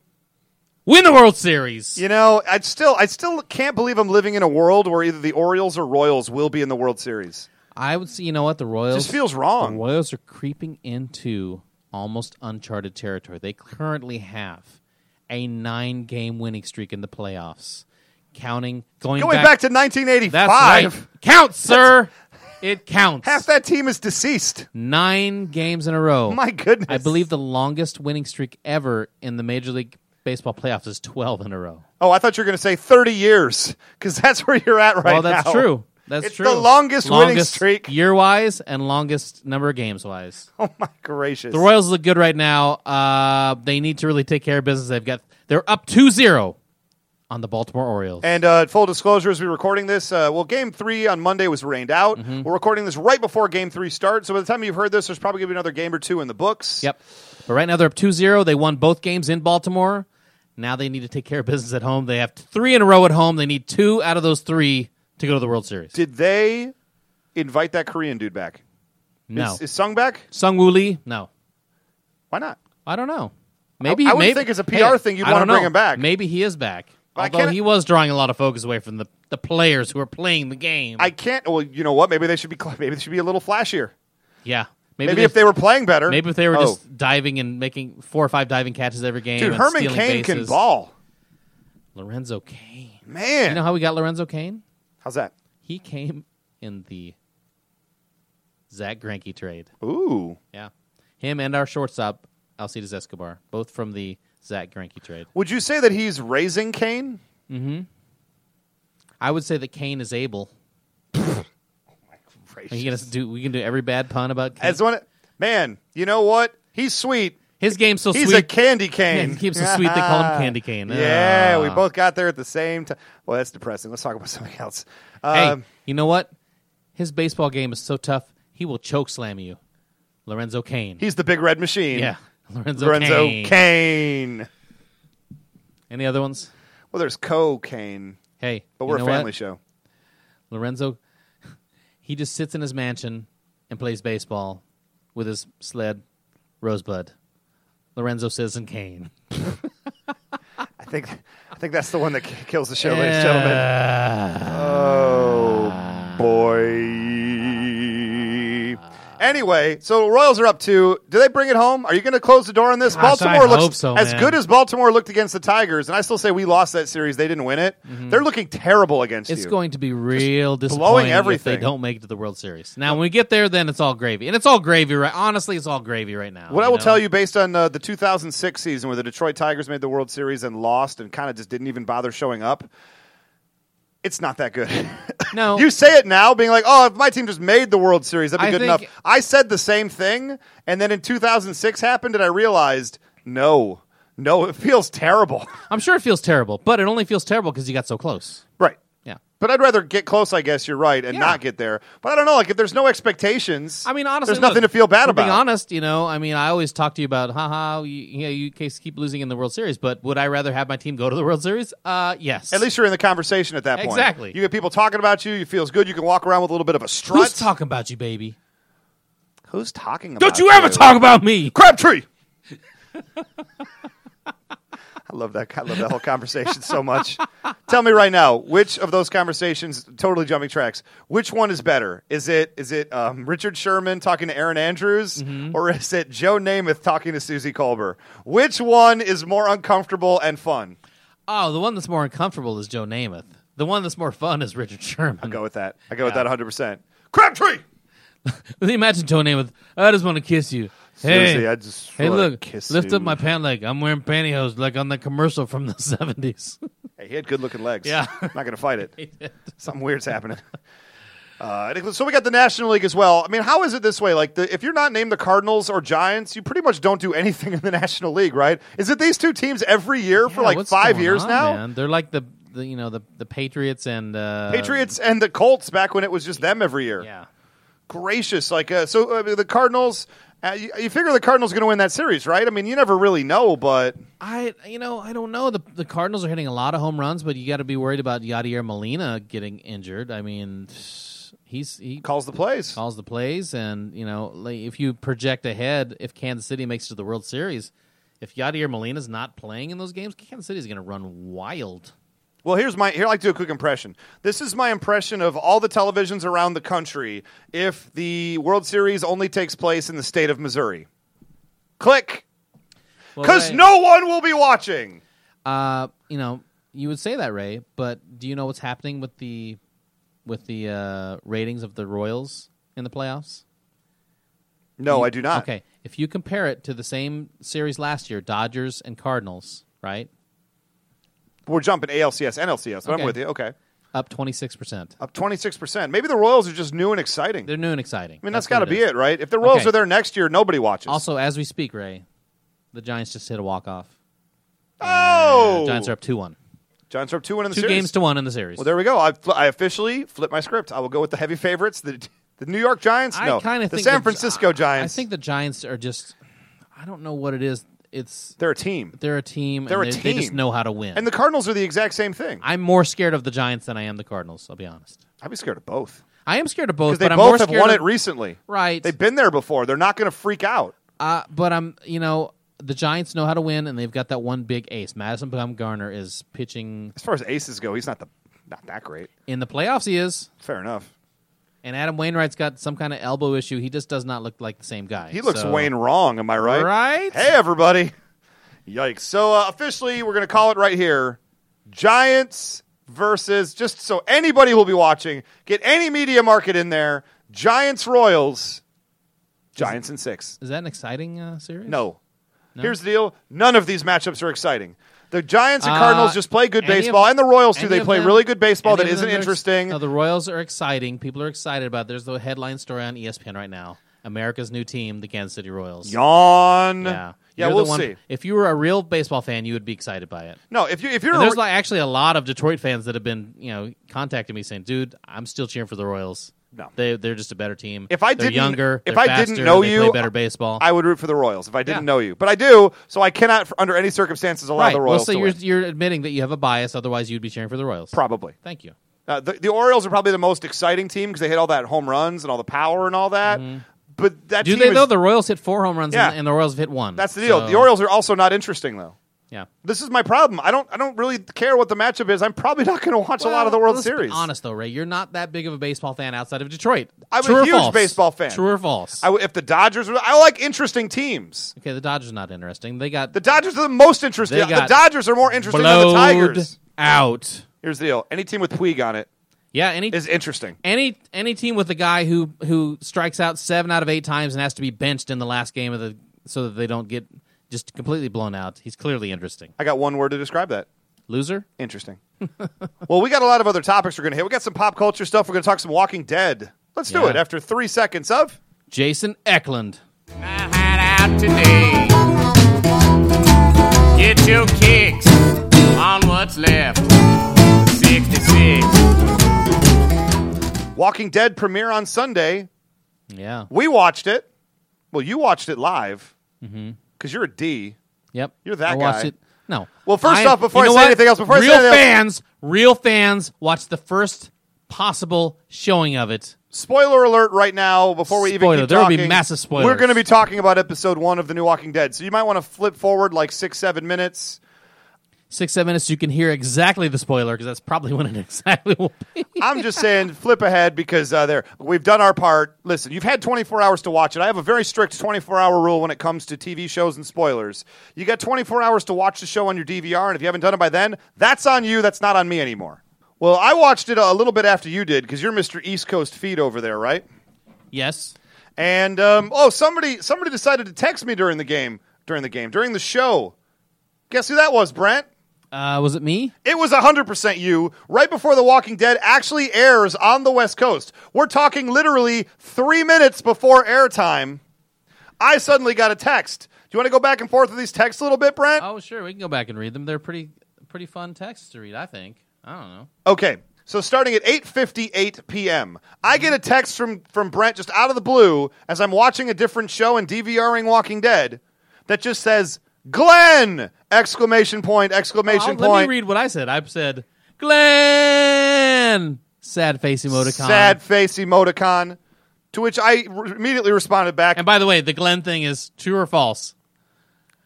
win the World Series. You know, I still I still can't believe I'm living in a world where either the Orioles or Royals will be in the World Series. I would say, you know what, the It Royals just feels the wrong. Royals are creeping into almost uncharted territory. They currently have a nine game winning streak in the playoffs. Counting going, Going back, to 1985, that's right. Counts, sir. it counts. half that team is deceased. nine games in a row. My goodness. Mm. I believe the longest winning streak ever in the Major League Baseball playoffs is 12 in a row. Oh, I thought you were going to say 30 years because that's where you're at right now. well, that's true. That's It's true. the longest winning streak. year wise and longest number of games wise. Oh my gracious. The Royals look good right now. Uh, they need to really take care of business. They've got they're up 2-0 on the Baltimore Orioles. and uh, full disclosure, as we're recording this, uh, well, Game Three on Monday was rained out. Mm-hmm. We're recording this right before Game Three starts, so by the time you've heard this, there's probably going to be another game or two in the books. Yep. But right now they're up 2-0. They won both games in Baltimore. Now they need to take care of business at home. They have three in a row at home. They need two out of those three to go to the World Series. Did they invite that Korean dude back? no. Is, is Sung back? Sung Woo Lee? No. Why not? I don't know. Maybe I would maybe, think it's a PR thing you'd I wanna don't know. bring him back. Maybe he is back. I Although can't- he was drawing a lot of focus away from the, the players who are playing the game. I can't. Well, you know what? Maybe they should be. cl- Maybe they should be a little flashier. yeah. Maybe, Maybe if they were playing better. maybe if they were Oh. just diving and making four or five diving catches every game. dude, and Herman stealing Kane can bases. ball, Lorenzo Kane. man. You know how we got Lorenzo Kane? How's that? He came in the Zach Granke trade. Ooh. Yeah. Him and our shortstop, Alcides Escobar, both from the Zach Granke trade. Would you say that he's raising Kane? I would say that Kane is able Are you Gracious. gonna do? We can do every bad pun about Kane? As one, man. You know what? He's sweet. his game's so He's sweet. a candy cane. he keeps it sweet. They call him Candy Cane. Yeah, Ah. we both got there at the same time. Well, that's depressing. Let's talk about something else. Hey, Um, you know what? His baseball game is so tough. He will choke slam you, Lorenzo Kane. he's the big red machine. yeah, Lorenzo, Lorenzo Kane. Kane. Any other ones? Well, there's cocaine, Hey, but you we're know a family what? show. Lorenzo, he just sits in his mansion and plays baseball with his sled, Rosebud. Lorenzo Citizen Kane. I think I think that's the one that k- kills the show, ladies and gentlemen. Oh boy. Anyway, so Royals are up two. Do they bring it home? Are you going to close the door on this? Gosh, Baltimore I looks hope so, as man. good as Baltimore looked against the Tigers, and I still say we lost that series. They didn't win it. They're looking terrible against Mm-hmm. It's you. going to be real blowing disappointing everything. if they don't make it to the World Series. Now, when we get there, then it's all gravy, and it's all gravy right. Honestly, it's all gravy right now. what I will know? tell you, based on uh, the 2006 season where the Detroit Tigers made the World Series and lost, and kind of just didn't even bother showing up, it's not that good. no, You say it now, being like, "Oh, if my team just made the World Series, that'd be I good think- enough." I said the same thing, and then in 2006 happened, and I realized, no, no, it feels terrible. I'm sure it feels terrible, but it only feels terrible because you got so close. right. Yeah, But I'd rather get close. I guess you're right, and Yeah. not get there. But I don't know. Like, if there's no expectations, I mean, honestly, there's nothing look, to feel bad if we're about. Being honest, you know, I mean, I always talk to you about, haha, you, you know, you case keep losing in the World Series, but would I rather have my team go to the World Series? Uh, yes. At least you're in the conversation at that point. Exactly. You get people talking about you. You feels good. You can walk around with a little bit of a strut. who's talking about you, baby? Who's talking about? Don't you ever talk about me? Crabtree? I love that. I love that whole conversation so much. Tell me right now, which of those conversations, totally jumping tracks, which one is better? Is it is it um, Richard Sherman talking to Aaron Andrews, Mm-hmm. or is it Joe Namath talking to Susie Colbert? Which one is more uncomfortable and fun? Oh, the one that's more uncomfortable is Joe Namath. The one that's more fun is Richard Sherman. I'll go with that. I go with that 100. percent Crabtree, Imagine Joe Namath. I just want to kiss you. Hey, Susie, I just hey, wanna look, kiss lift you. up my pant leg. I'm wearing pantyhose, like on the commercial from the '70s. Hey, he had good looking legs. Yeah. Not going to fight it. Something weird's happening. Uh, and it- so we got the National League as well. I mean, how is it this way? Like, the, if you're not named the Cardinals or Giants, you pretty much don't do anything in the National League, right? Is it these two teams every year for Yeah, like what's five going years on, now? man? They're like the, the you know the the Patriots and uh, Patriots and the Colts back when it was just them every year. Yeah, Gracious, like uh, so uh, the Cardinals. Uh, you, you figure the Cardinals going to win that series, right? I mean, you never really know, but I you know I don't know the the Cardinals are hitting a lot of home runs, but you got to be worried about Yadier Molina getting injured. I mean, he's he calls the plays. calls the plays, and you know like, if you project ahead, if Kansas City makes it to the World Series, if Yadier Molina's not playing in those games, Kansas City's going to run wild. Well, here's my here. I like to do a quick impression. This is my impression of all the televisions around the country. If the World Series only takes place in the state of Missouri, click Well, because Ray, no one will be watching. uh, you know you would say that Ray, but do you know what's happening with the with the uh, ratings of the Royals in the playoffs? No, I do not. Okay, if you compare it to the same series last year, Dodgers and Cardinals, right? We're jumping ALCS, NLCS. But I'm Okay. with you. Okay, Up twenty six percent. up 26. percent Maybe the Royals are just new and exciting. They're new and exciting. I mean, that's got to what be it, right? If the Royals Okay. are there next year, nobody watches. Also, as we speak, Ray, the Giants just hit a walk off. oh, uh, Giants are up two one. Giants are up two one in the Two series. games to one in the series. well, there we go. I, fl- I officially flipped my script. I will go with the heavy favorites. The the New York Giants. I no, kind of the think San Gi- Francisco I Giants. think the Giants are just. I don't know what it is. It's They're a team. they're a team. They're a and they, They just team. know how to win. And the Cardinals are the exact same thing. I'm more scared of the Giants than I am the Cardinals. I'll be honest. I'd be scared of both. I am scared of both, Because they but I'm more both have scared won of, it recently. Right. They've been there before. They're not going to freak out. Uh, but I'm, you know, the Giants know how to win, and they've got that one big ace. Madison Bumgarner is pitching As far as aces go, he's not the not that great. in the playoffs. He is, Fair enough. and Adam Wainwright's got some kind of elbow issue. He just does not look like the same guy. He looks So- Wayne wrong, am I right? Right? Hey everybody. Yikes. So uh, officially we're going to call it right here. Giants versus just so anybody who'll be watching, get any media market in there. Giants Royals. Giants in 6. Is that an exciting uh, series? No. Here's the deal: none of these matchups are exciting. The Giants and Uh, Cardinals just play good any of- baseball, and the Royals too. any They of play them- really good baseball any that of isn't them are ex- interesting. No, the Royals are exciting. People are excited about. It. There's the headline story on E ESPN right now. America's new team, the Kansas City Royals. Yawn. Yeah, yeah, You're the we'll one- see. If you were a real baseball fan, you would be excited by it. No, if you if you're And a, there's like actually a lot of Detroit fans that have been, you know, contacting me saying, "Dude, I'm still cheering for the Royals. No. they they're just a better team. If I they're didn't- younger, if they're I didn't faster, know they you, play better baseball. I would root for the Royals if I didn't Yeah. know you, but I do, so I cannot for- under any circumstances allow right. the well, Royals so to you're win. you're admitting that you have a bias. Otherwise, you'd be cheering for the Royals. Probably. Thank you. Uh, the, the Orioles are probably the most exciting team because they hit all that home runs and all the power and all that. But that Mm-hmm. Do team they is, though? The Royals hit four home runs, Yeah. and, and the Royals have hit one. that's the deal. So, The Orioles are also not interesting though. Yeah. This is my problem. I don't I don't really care what the matchup is. I'm probably not going to watch a lot of the World let's Series. Be honest though, Ray, you're not that big of a baseball fan outside of Detroit. I'm a True or huge false? baseball fan. True or false? I w if the Dodgers, were, I like interesting teams. okay, the Dodgers are not interesting. They got The Dodgers are the most interesting. They The got Dodgers are more interesting than the blowed Tigers. out. Here's the deal: any team with Puig on it Yeah, any is interesting. any any team with a guy who who strikes out seven out of eight times and has to be benched in the last game of the so that they don't get just completely blown out. He's clearly interesting. I got one word to describe that: Loser. interesting. well, we got a lot of other topics we're going to hit. We got some pop culture stuff. We're going to talk some Walking Dead. Let's do Yeah. it after three seconds of. Jason Eklund. I had out today. Get your kicks on what's left. 66. Walking Dead premiere on Sunday. Yeah. We watched it. Well, you watched it live Mm-hmm. because you're a D. Yep. You're that I watched guy. It. No. Well, first I- off, before you I know say what? anything else, before I say real anything else- fans, real fans watch the first possible showing of it. Spoiler alert right now before we even Spoiler. keep There will be talking. massive spoilers. We're going to be talking about episode 1 of The New Walking Dead. So you might want to flip forward like 6 7 minutes. six, seven minutes, you can hear exactly the spoiler because that's probably when it exactly will be. I'm just saying, flip ahead because uh, there we've done our part. Listen, you've had 24 hours to watch it. I have a very strict 24 hour rule when it comes to TV shows and spoilers. You got 24 hours to watch the show on your DVR, and if you haven't done it by then, that's on you. That's not on me anymore. Well, I watched it a little bit after you did because you're Mr. East Coast feed over there, right? Yes. And um, oh, somebody somebody decided to text me during the game, during the game, during the show. Guess who that was, Brent? Uh, was it me? It was 100% you right before The Walking Dead actually airs on the West Coast. We're talking literally three minutes before airtime. I suddenly got a text. Do you want to go back and forth with these texts a little bit, Brent? Oh, sure. We can go back and read them. They're pretty, pretty fun texts to read. I think. I don't know. Okay. So starting at 8:58 p.m., I get a text from from Brent just out of the blue as I'm watching a different show and DVRing Walking Dead that just says Glenn! exclamation point exclamation I'll- Let point. me read what I said. I said, Glenn. Sad face emoticon. sad face emoticon to which I re- immediately responded back And by the way, the Glenn thing is true or false?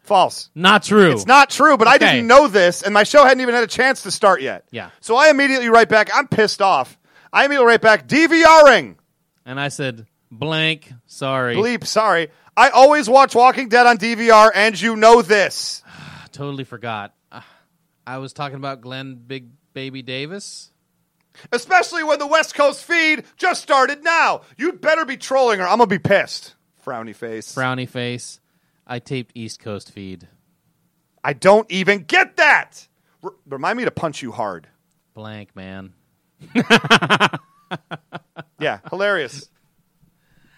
false. Not true. It's not true, but I Okay. didn't know this, and my show hadn't even had a chance to start yet. Yeah. So I immediately write back, I'm pissed off. I immediately write back, DVRing. And I said, blank. Sorry. Bleep, sorry. I always watch Walking Dead on DVR, and you know this. I totally forgot. Ah, I was talking about Glenn Big Baby Davis. Especially when the West Coast feed just started now. You'd better be trolling, or I'm going to be pissed. Frowny face. Brownie face. I taped East Coast feed. I don't even get that. R- remind me to punch you hard. Blank, man. Yeah, hilarious.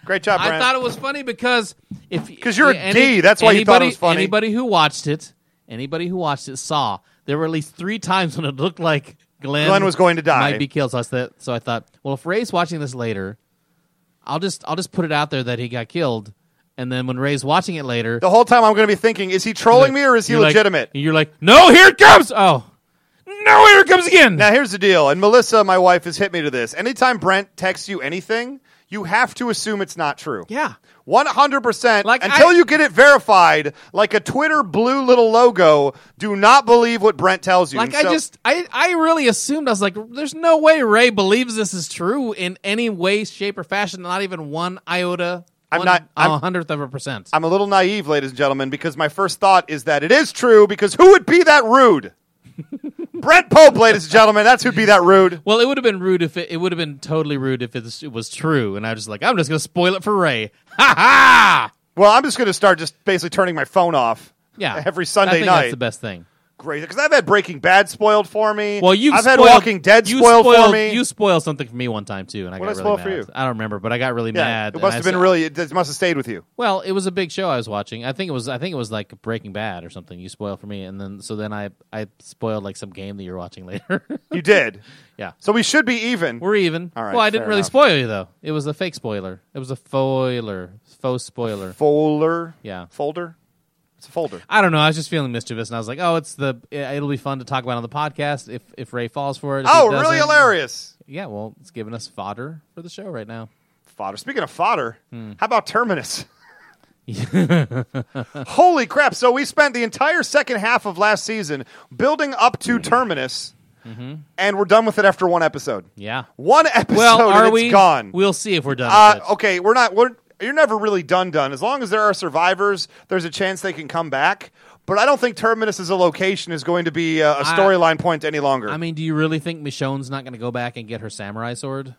Great job, Brent. I thought it was funny because if 'Cause you're gay, that's why you thought it was funny. Anybody who watched it, anybody who watched it saw there were at least three times when it looked like Glenn, Glenn was going to die. might be killed. So I, said, so I thought, well, if Ray's watching this later, I'll just I'll just put it out there that he got killed, and then when Ray's watching it later, the whole time I'm going to be thinking, is he trolling me or is he you're like- legitimate? you're like, no, here it comes. Oh, no, here it comes again. Now here's the deal, and Melissa, my wife, has hit me to this. Anytime Brent texts you anything, you have to assume it's not true. yeah. One hundred percent. Like, Until I- you get it verified, like a Twitter blue little logo, do not believe what Brent tells you. Like And I so- just I I really assumed I was like, there's no way Ray believes this is true in any way, shape, or fashion. Not even one iota. I'm one, not- a I'm- hundredth of a percent. I'm a little naive, ladies and gentlemen, because my first thought is that it is true. Because who would be that rude? Brent Pope, ladies and gentlemen, that's who'd be that rude. well, it would have been rude if it, it would have been totally rude if it's- it was true, and I was just like, I'm just gonna spoil it for Ray. Ha ha! Well, I'm just going to start just basically turning my phone off. Yeah, every I Sunday think night. That's the best thing. great because I've had Breaking Bad spoiled for me. Well, you I've had spoiled- Walking Dead you spoiled, for spoiled- me. You spoiled something for me one time too, and I What got did I really spoil for mad. you? I don't remember, but I got really yeah, mad. it and must I have been said- really. It must have stayed with you. Well, it was a big show I was watching. I think it was I think it was like Breaking Bad or something. You spoiled for me, and then so then I I spoiled like some game that you're watching later. You did. yeah, So we should be even. we're even. All right, well, I didn't fair really enough. spoil you though. It was a fake spoiler. It was a foiler, faux spoiler. folder. Yeah. Folder. It's a folder. I don't know. I was just feeling mischievous, and I was like, "Oh, it's the. it- It'll be fun to talk about on the podcast if if Ray falls for it. If he oh, really doesn't- hilarious. Yeah. Well, it's giving us fodder for the show right now. Fodder. Speaking of fodder, Hmm. how about Terminus? Holy crap. So we spent the entire second half of last season building up to Mm-hmm. Terminus, and we're done with it after one episode. Yeah. One episode Well, and are it's we gone. We'll see if we're done. Uh, with it. okay, we're not. We're you're never really done. Done. As long as there are survivors, there's a chance they can come back. But I don't think Terminus as a location is going to be a, a I- storyline point any longer. I mean, do you really think Michonne's not going to go back and get her samurai sword?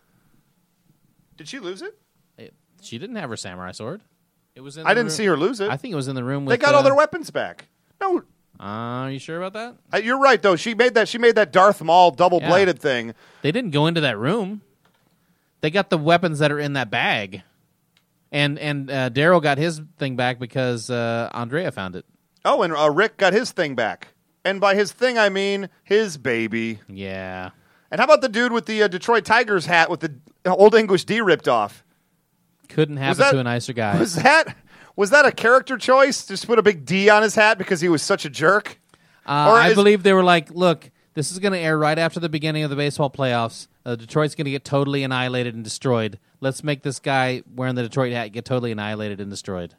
did she lose it? It- she didn't have her samurai sword. It was. In I the didn't room- see her lose it. I think it was in the room. they With, got uh, all their weapons back. No, Uh, are you sure about that? uh, you're right though. She made that. She made that Darth Maul double bladed thing. They didn't go into that room. They got the weapons that are in that bag, and and uh, Daryl got his thing back because uh, Andrea found it. Oh, and uh, Rick got his thing back. And by his thing, I mean his baby. Yeah, And how about the dude with the uh, Detroit Tigers hat with the uh, old English D ripped off? couldn't happen that- to a nicer guy. Was that was that a character choice? Just put a big D on his hat because he was such a jerk. Uh, or I is- believe they were like, look, this is going to air right after the beginning of the baseball playoffs. Uh, Detroit's going to get totally annihilated and destroyed. Let's make this guy wearing the Detroit hat get totally annihilated and destroyed.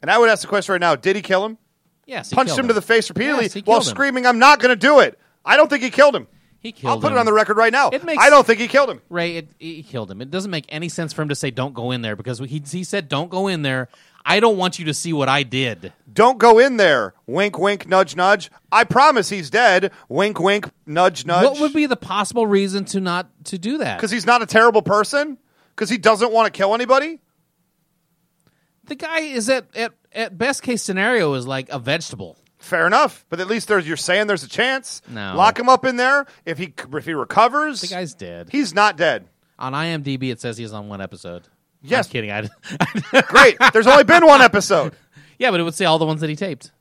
And I would ask the question right now: Did he kill him? Yes, he punched killed him, to him. the face repeatedly Yes, he while killed him. screaming, "I'm not going to do it." I don't think he killed him. He killed I'll put him. it on the record right now. It makes- I don't think he killed him. Ray, it, he killed him. It doesn't make any sense for him to say don't go in there because he, he said don't go in there. I don't want you to see what I did. Don't go in there. Wink, wink, nudge, nudge. I promise he's dead. Wink, wink, nudge, nudge. What would be the possible reason to not to do that? Because he's not a terrible person. Because he doesn't want to kill anybody. the guy is at, at at best case scenario is like a vegetable. Fair enough. But at least there's you're saying there's a chance. No. Lock him up in there. If he if he recovers, The guy's dead. he's not dead. on IMDb, it says he's on one episode. Yes. I'm kidding. I, Great. there's only been one episode. yeah, but it would say all the ones that he taped.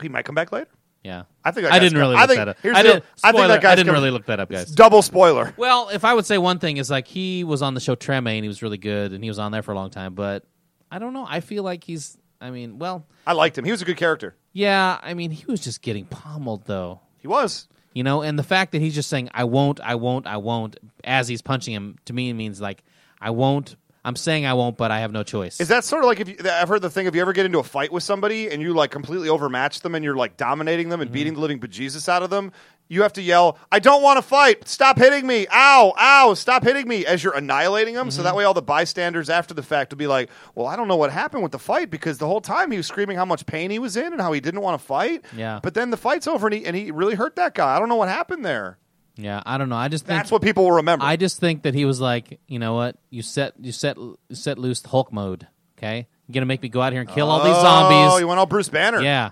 He might come back later. Yeah, I think that I guy's didn't really. got- I look think- that up. here's I, the- did, I think spoiler, that guy's I didn't coming- really look that up, guys. Double spoiler. Well, if I would say one thing is like he was on the show Tremaine, he was really good, and he was on there for a long time. But I don't know. I feel like he's. I mean, well, I liked him. He was a good character. yeah. I mean, he was just getting pommeled though, He was. you know. And the fact that he's just saying "I won't, I won't, I won't" as he's punching him to me means like I won't. I'm saying I won't, but I have no choice. Is that sort of like if you, I've heard the thing? If you ever get into a fight with somebody and you like completely overmatch them and you're like dominating Mm-hmm. them and beating the living bejesus out of them, you have to yell, "I don't want to fight! Stop hitting me! Ow! Ow! Stop hitting me!" As you're annihilating them, Mm-hmm. so that way all the bystanders after the fact will be like, "Well, I don't know what happened with the fight because the whole time he was screaming how much pain he was in and how he didn't want to fight. Yeah. But then the fight's over and he and he really hurt that guy. I don't know what happened there. yeah, I don't know. I just think That's what people will remember. I just think that he was like, you know what? You set you set you set loose the Hulk mode. Okay, you're gonna make me go out here and kill all these Oh, you zombies. went all Bruce Banner. Yeah,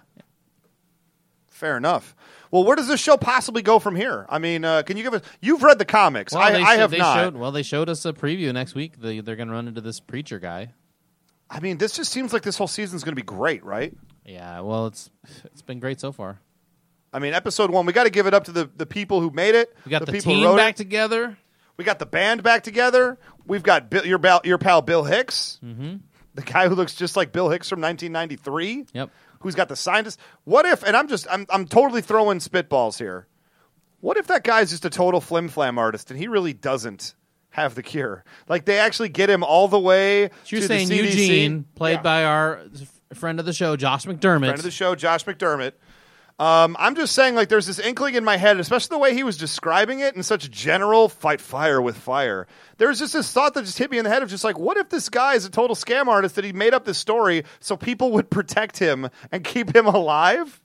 Fair enough. Well, where does this show possibly go from here? I mean, uh, can you give us? You've read the comics. I, they I sho- have they not. Showed, well, they showed us a preview next week. They, they're going to run into this preacher guy. I mean, this just seems like this whole season's going to be great, right? Yeah, well, it's it's been great so far. I mean, episode one, we got to give it up to the, the people who made it. We got the, people who team wrote back it. together. we got the band back together. We've got Bill, your, pal, your pal Bill Hicks, mm-hmm. the guy who looks just like Bill Hicks from 1993. Yep. Who's got the scientist? What if? And I'm just I'm I'm totally throwing spitballs here. What if that guy's just a total flim flam artist and he really doesn't have the cure? Like they actually get him all the way. You're to saying the CDC. Eugene, played Yeah. by our f- friend of the show, Josh McDermott. friend of the show, Josh McDermott. Um, I'm just saying, like, there's this inkling in my head, especially the way he was describing it in such general fight fire with fire. There's just this thought that just hit me in the head of just like, what if this guy is a total scam artist that he made up this story so people would protect him and keep him alive?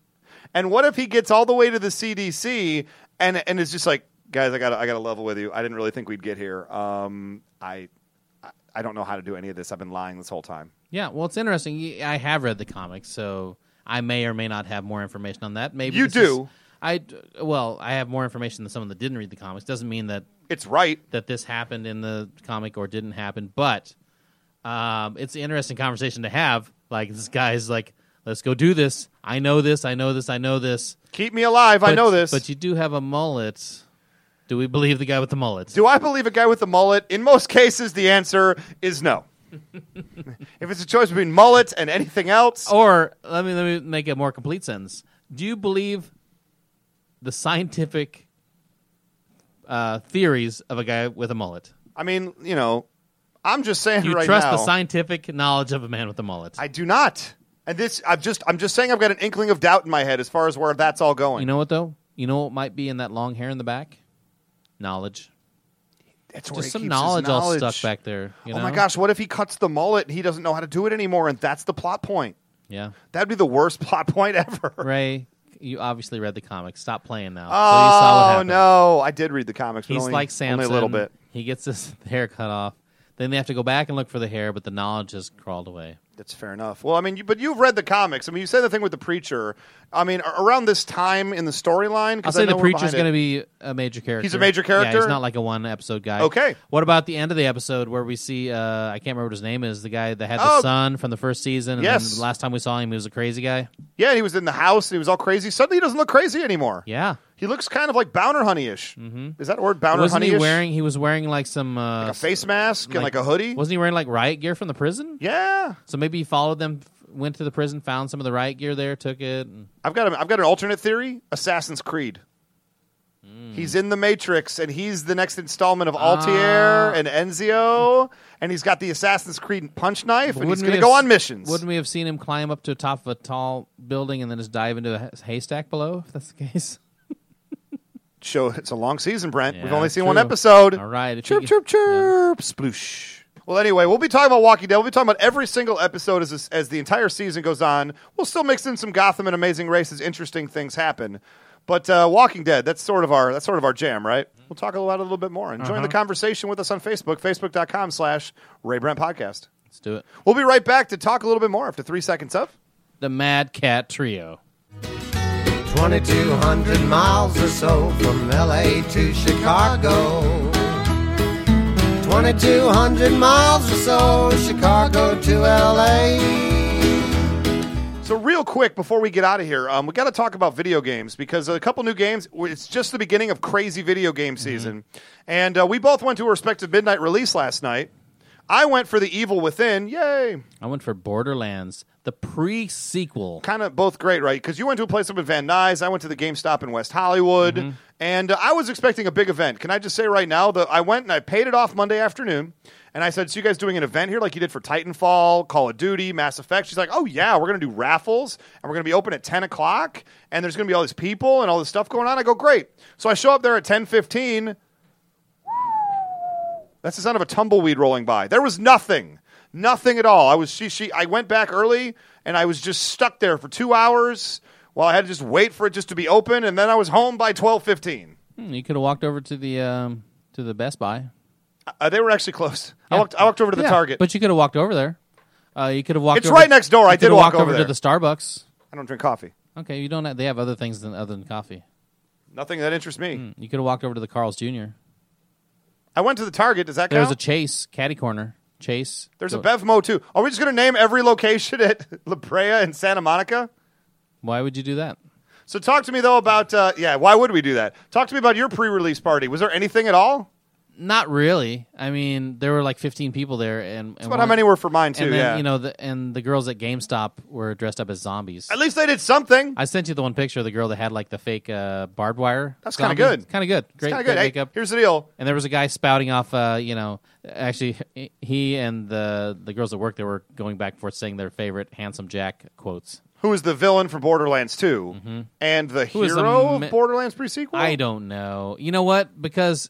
And what if he gets all the way to the CDC and and is just like, guys, I got I got to level with you. I didn't really think we'd get here. Um, I I- I don't know how to do any of this. I've been lying this whole time. yeah, well, it's interesting. Y- I have read the comics, so I may or may not have more information on that. Maybe You this is- do. I d- well, I have more information than someone that didn't read the comics. Doesn't mean that It's right. that this happened in the comic or didn't happen, but um, it's an interesting conversation to have. Like this guy's like, let's go do this. I know this. I know this. I know this. Keep me alive. I But- know this. but you do have a mullet. Do we believe the guy with the mullet? Do I believe a guy with a mullet? In most cases, the answer is no. if it's a choice between mullet and anything else, or let me let me make a more complete sentence. Do you believe the scientific uh, theories of a guy with a mullet? I mean, you know, I'm just saying Do you right trust now, the scientific knowledge of a man with a mullet? I do not. And this, I'm just, I'm just saying, I've got an inkling of doubt in my head as far as where that's all going. You know what though? You know what might be in that long hair in the back? Knowledge. that's where Just he some keeps his knowledge, all knowledge. stuck back there. you Oh my know? gosh! What if he cuts the mullet and he doesn't know how to do it anymore? And that's the plot point. Yeah. That'd be the worst plot point ever. Ray, you obviously read the comics. Stop playing now. so you saw what Oh happened. no! I did read the comics. but He's only, like Samson. only a little bit. He gets his hair cut off. Then they have to go back and look for the hair, but the knowledge has crawled away. That's fair enough. Well, I mean, you, but you've read the comics. I mean, you said the thing with the preacher. I mean, a- around this time in the storyline, I'll because say the preacher's going going to be a major character. He's a major Yeah, character? he's not like a one episode guy. Okay. What about the end of the episode where we see? Uh, I can't remember what his name is. The guy that had the Oh. son from the first season. And Yes. Then the last time we saw him, he was a crazy guy. Yeah, and he was in the house and he was all crazy. Suddenly, he doesn't look crazy anymore. Yeah. He looks kind of like Bowner Honeyish. Mm-hmm. Is that word Bowner wasn't Honeyish? he wearing? He was wearing like some uh, a face mask and like a hoodie? Wasn't he wearing like riot gear from the prison? yeah, So maybe he followed them, f- went to the prison, found some of the riot gear there, took it. And I've got a, I've got an alternate theory: Assassin's Creed. Hmm. He's in the Matrix, and he's the next installment of Ah. Altair and Enzio, and he's got the Assassin's Creed punch knife, and he's Wouldn't we going to have go s- on missions. Wouldn't we have seen him climb up to the top of a tall building and then just dive into a ha- haystack below? If that's the case, Show it's a long season, Brent. We've Yeah, only seen true. one episode. All right, if chirp, you- chirp, chirp, sploosh. Well, anyway, we'll be talking about Walking Dead. We'll be talking about every single episode as this, as the entire season goes on. We'll still mix in some Gotham and Amazing Race as interesting things happen. But uh, Walking Dead, that's sort of our that's sort of our jam, right? We'll talk about it a little bit more. And Uh-huh. join the conversation with us on Facebook, facebook.com slash Ray Brent Podcast. let's do it. We'll be right back to talk a little bit more after three seconds up. The Mad Cat Trio. 2,200 miles or so from LA to Chicago. 2,200 miles or so, Chicago to LA. So real quick before we get out of here, um, we got to talk about video games because a couple new games. It's just the beginning of crazy video game season, and uh, we both went to a respective midnight release last night. I went for The Evil Within. Yay! I went for Borderlands, the pre sequel. Kind of both great, right? Because you went to a place up in Van Nuys. I went to the GameStop in West Hollywood, and uh, I was expecting a big event. Can I just say right now that I went and I paid it off Monday afternoon, and I said, "So you guys doing an event here like you did for Titanfall, Call of Duty, Mass Effect?" She's like, "Oh yeah, we're gonna do raffles, and we're gonna be open at ten o'clock, and there's gonna be all these people and all this stuff going on." I go, "Great!" So I show up there at ten fifteen. That's the sound of a tumbleweed rolling by. There was nothing, nothing at all. I was she she. I went back early and I was just stuck there for two hours while I had to just wait for it just to be open, and then I was home by twelve fifteen. Hmm, you could have walked over to the um, to the Best Buy. Uh, they were actually closed. I walked. I walked over to the Yeah, Target. But you could have walked over there. Uh, you could have walked. It's over right next door. you I could did have walk walked over over there. to the Starbucks. I don't drink coffee. Okay, you don't. Have, they have other things than other than coffee. Nothing that interests me. You could have walked over to the Carl's Jr. I went to the Target. Does that There was count? a Chase Caddy Corner. Chase. There's a Go- Bevmo too. Are we just going to name every location at La Brea and Santa Monica? Why would you do that? So talk to me though about uh, yeah. Why would we do that? Talk to me about your pre-release party. Was there anything at all? Not really. I mean, there were like 15 people there, and, and But one- how many were for mine too? And then yeah. you know, the, and the girls at GameStop were dressed up as zombies. At least they did something. I sent you the one picture of the girl that had like the fake uh, barbed wire. That's kinda good. Kind of good. Great, Kinda great Hey, makeup. here's the deal. and there was a guy spouting off. Uh, you know, actually, he and the the girls at work they were going back and forth saying their favorite "Handsome Jack" quotes. Who is the villain from Borderlands 2 and the Mm-hmm. is the hero ma- of Borderlands prequel? I don't know. You know what? Because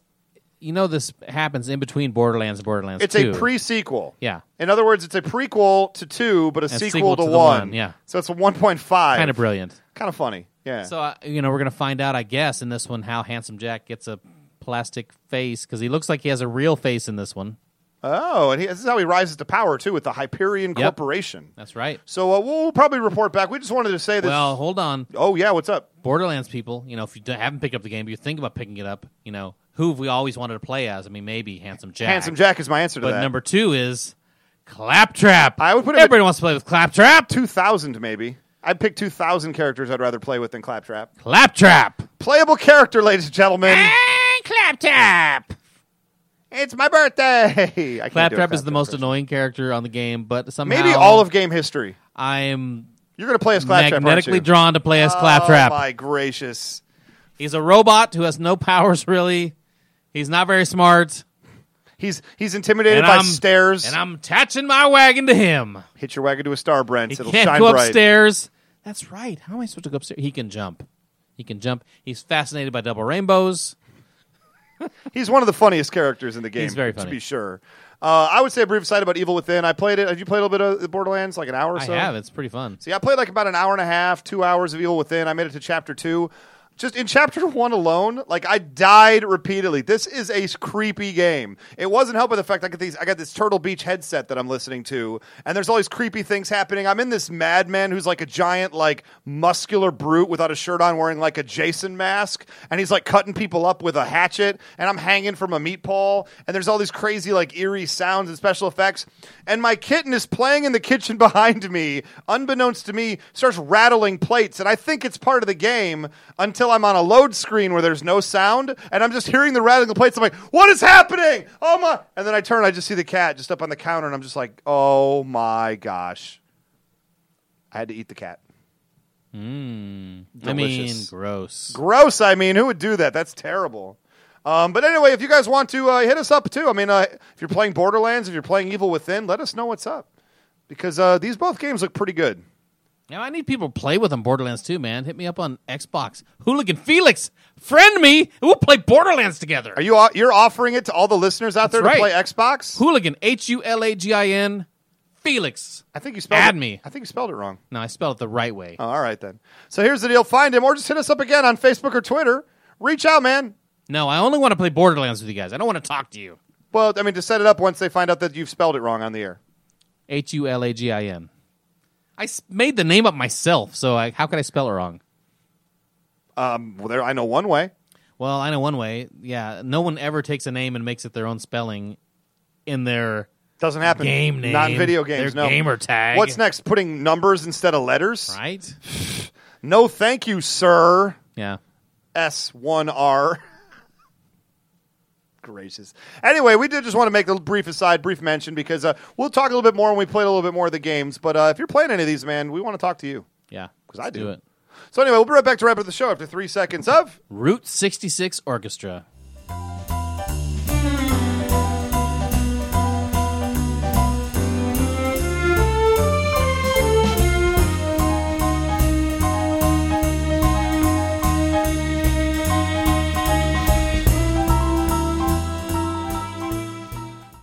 you know this happens in between Borderlands and Borderlands. It's 2. a pre-sequel. Yeah. In other words, it's a prequel to two, but a sequel, sequel to, to the one. one, yeah. So it's a one point five. kind of brilliant. Kind of funny. Yeah. So uh, you know, we're gonna find out, I guess, in this one how handsome Jack gets a plastic face because he looks like he has a real face in this one. oh, and he, this is how he rises to power too with the Hyperion Yep. Corporation. That's right. So uh, we'll probably report back. We just wanted to say this. Well, hold on, oh yeah, what's up? Borderlands people. You know, if you d- haven't picked up the game, but you think about picking it up, you know, who have we always wanted to play as? I mean, maybe handsome Jack. Handsome Jack is my answer to But that. number two is Claptrap. I would put him at- everybody wants to play with Claptrap. two thousand maybe. I'd pick two thousand characters I'd rather play with than Claptrap. Claptrap. Playable character, ladies and gentlemen. And Claptrap. It's my birthday. I can't Claptrap do a is the most impression. annoying character on the game, but somehow Maybe all of game history. I'm You're going to play as Claptrap, aren't magnetically you? drawn to play as Oh Claptrap. my gracious! He's a robot who has no powers really. He's not very smart. He's he's intimidated And by I'm- stairs. And I'm attaching my wagon to him. Hit your wagon to a star, Brent. He It'll can't shine go bright. upstairs. That's right. How am I supposed to go upstairs? He can jump. He can jump. He's fascinated by double rainbows. He's one of the funniest characters in the game. He's very to funny. be sure. Uh, I would say a brief aside about Evil Within. I played it. Have you played a little bit of the Borderlands, like an hour or I so? have. It's pretty fun. See, I played like about an hour and a half, two hours of Evil Within. I made it to chapter two. Just in chapter one alone, like I died repeatedly. This is a creepy game. It wasn't helped by the fact I got these. I got this Turtle Beach headset that I'm listening to, and there's all these creepy things happening. I'm in this madman who's like a giant, like muscular brute without a shirt on, wearing like a Jason mask, and he's like cutting people up with a hatchet. And I'm hanging from a meat pole, and there's all these crazy, like eerie sounds and special effects. And my kitten is playing in the kitchen behind me, unbeknownst to me, starts rattling plates. And I think it's part of the game until I'm on a load screen where there's no sound. And I'm just hearing the rattling of plates. I'm like, what is happening? Oh my. And then I turn, I just see the cat just up on the counter. And I'm just like, oh my gosh. I had to eat the cat. I mean, gross. Gross. I mean, who would do that? That's terrible. Um, but anyway, if you guys want to uh, hit us up too, I mean, uh, if you're playing Borderlands, if you're playing Evil Within, let us know what's up because uh, these both games look pretty good. Now I need people to play with them Borderlands too, man. Hit me up on Xbox. Hooligan Felix, friend me, and we'll play Borderlands together. Are you o- you're offering it to all the listeners out there That's to play right. Xbox? Hooligan, H U L A G I N, Felix. I think you spelled Add it. me. I think you spelled it wrong. No, I spelled it the right way. Oh, all right then. So here's the deal: find him, or just hit us up again on Facebook or Twitter. Reach out, man. No, I only want to play Borderlands with you guys. I don't want to talk to you. Well, I mean, to set it up once they find out that you've spelled it wrong on the air. H U L A G I N. I s- made the name up myself, so I, how could I spell it wrong? Well, there I know one way. Well, I know one way. Yeah, no one ever takes a name and makes it their own spelling in their Doesn't happen. game name. Not in video games. Their no gamer tag. What's next? Putting numbers instead of letters? Right? No, thank you, sir. Yeah. S one R. Gracious. Anyway, we did just want to make a brief aside, brief mention because uh, we'll talk a little bit more when we play a little bit more of the games. But uh, if you're playing any of these, man, we want to talk to you. Yeah. 'Cause I Let's do. it. So anyway, we'll be right back to wrap up the show after three seconds of. Route 66 Orchestra.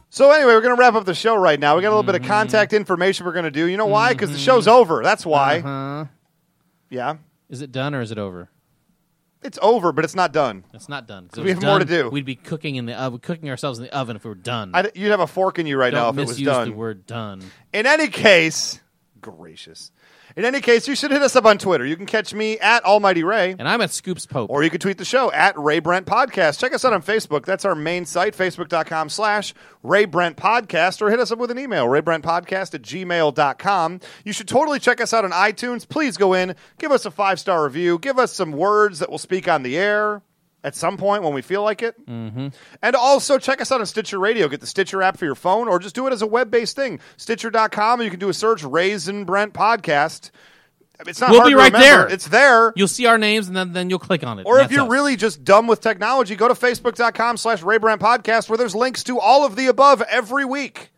So anyway, we're going to wrap up the show right now. We got a little bit Mm-hmm. of contact information we're going to do. You know why? Because the show's over. That's why. Uh-huh. Yeah, Is it done or is it over? it's over, but it's not done. It's not done. 'Cause if We it have was more done, to do. We'd be cooking in the oven, cooking ourselves in the oven if we were done. I, you'd have a fork in you right Don't now if it was misuse done. the word done. In any case, gracious. In any case, you should hit us up on Twitter. You can catch me at Almighty Ray, And I'm at Scoops Pope. or you can tweet the show at Ray Brent Podcast. Check us out on Facebook. That's our main site, facebook.com slash Ray Brent Podcast, or hit us up with an email, raybrentpodcast at gmail.com. You should totally check us out on iTunes. Please go in, give us a five star review, give us some words that we'll speak on the air at some point when we feel like it. Mm-hmm. And also check us out on Stitcher Radio. Get the Stitcher app for your phone or just do it as a web based thing. Stitcher.com, and you can do a search Raisin Brent Podcast. It's not We'll hard be to right remember. there. It's there. You'll see our names and then, then you'll click on it. or and if that's you're us. really just dumb with technology, go to facebook.com slash Ray Brent Podcast where there's links to all of the above every week.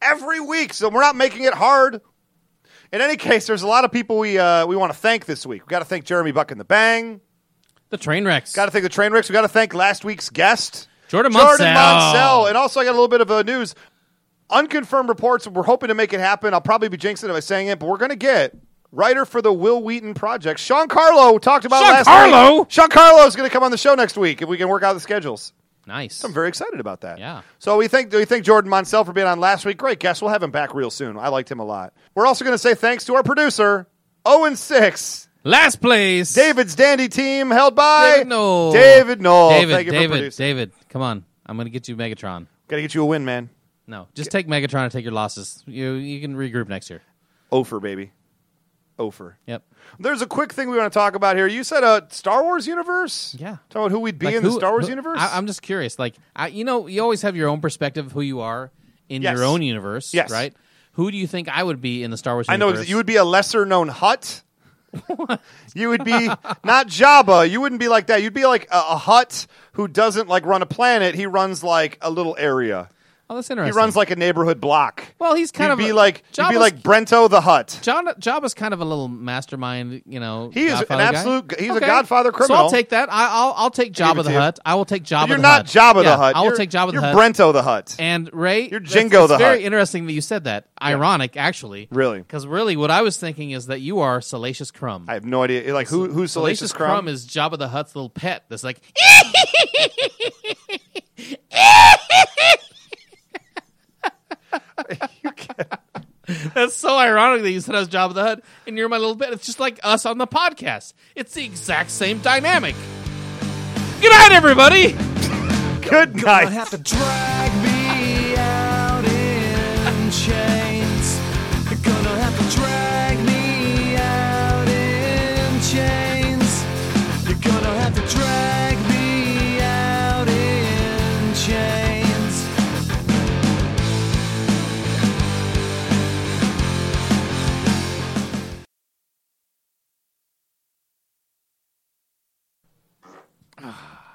Every week. So we're not making it hard. In any case, there's a lot of people we uh, we want to thank this week. We got to thank Jeremy Buck and the Bang. The train wrecks. Got to thank the train wrecks. We got to thank last week's guest, Jordan Monsell. Monsell. And also, I got a little bit of uh, news. Unconfirmed reports. We're hoping to make it happen. I'll probably be jinxing it by saying it, but we're going to get writer for the Will Wheaton project. Sean Carlo talked about Sean last Carlo? week. Sean Carlo is going to come on the show next week if we can work out the schedules. nice. I'm very excited about that. Yeah. So we thank we thank Jordan Monsell for being on last week. Great guest. We'll have him back real soon. I liked him a lot. We're also going to say thanks to our producer Owen Six. Last place. David's Dandy team held by David Knoll. David Knoll. David, Thank you for David, producing. David, come on. I'm going to get you Megatron. Gotta get you a win, man. No, just take Megatron and take your losses. You you can regroup next year. Ofer, baby. Ofer. Yep. There's a quick thing we want to talk about here. You said a Star Wars universe? Yeah. Talking about who we'd be Like, in the who- Star Wars who- universe? I, am just curious. Like, I, you know, you always have your own perspective of who you are in Yes. your own universe, Yes. right? Who do you think I would be in the Star Wars I know universe? exa- you would be a lesser known hut. you would be not Jabba. You wouldn't be like that. You'd be like a, a hut who doesn't like run a planet. He runs like a little area. Oh, that's He interesting. runs like a neighborhood block. Well, he's kind you'd of be a- like you'd be Jabba's- like Brento the Hut. John Jabba's kind of a little mastermind, you know. He is an Godfather guy. absolute- he's a Godfather So criminal. I'll take that. I, I'll I'll take give it Jabba to the you. Hutt. I will take Jabba. You're the not Hutt. Jabba Yeah, the Hut. I will You're- take Jabba the You're Hutt. Brento the Hut. And Ray, You're that's- Jingo it's the very Hutt. interesting that you said that. Ironic, actually. Really? because really, what I was thinking is that you are Salacious Crumb. I have no idea. Like who? Who's Salacious Crumb? is Jabba the Hutt's little pet. That's like, that's so ironic that you said I was Jabba the Hutt and you're my little pet. It's just like us on the podcast. It's the exact same dynamic. Good night, everybody. Good night. have to drag me out in chains. You're gonna have to drag me out in chains. You're gonna have to drag me out in chains.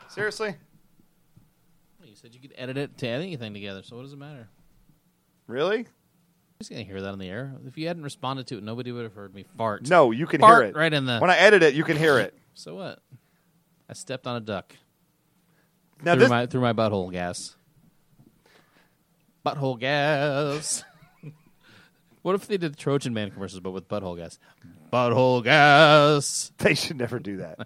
Seriously? You said you could edit it to anything together, so what does it matter? Really? Who's gonna hear that on the air? If you hadn't responded to it, nobody would have heard me fart. No, you can Fart hear it. right in the- When I edit it, you can hear it. So what? I stepped on a duck Now through this my through my butthole gas. Butthole gas. what if they did Trojan Man commercials but with butthole gas? Butthole gas. they should never do that.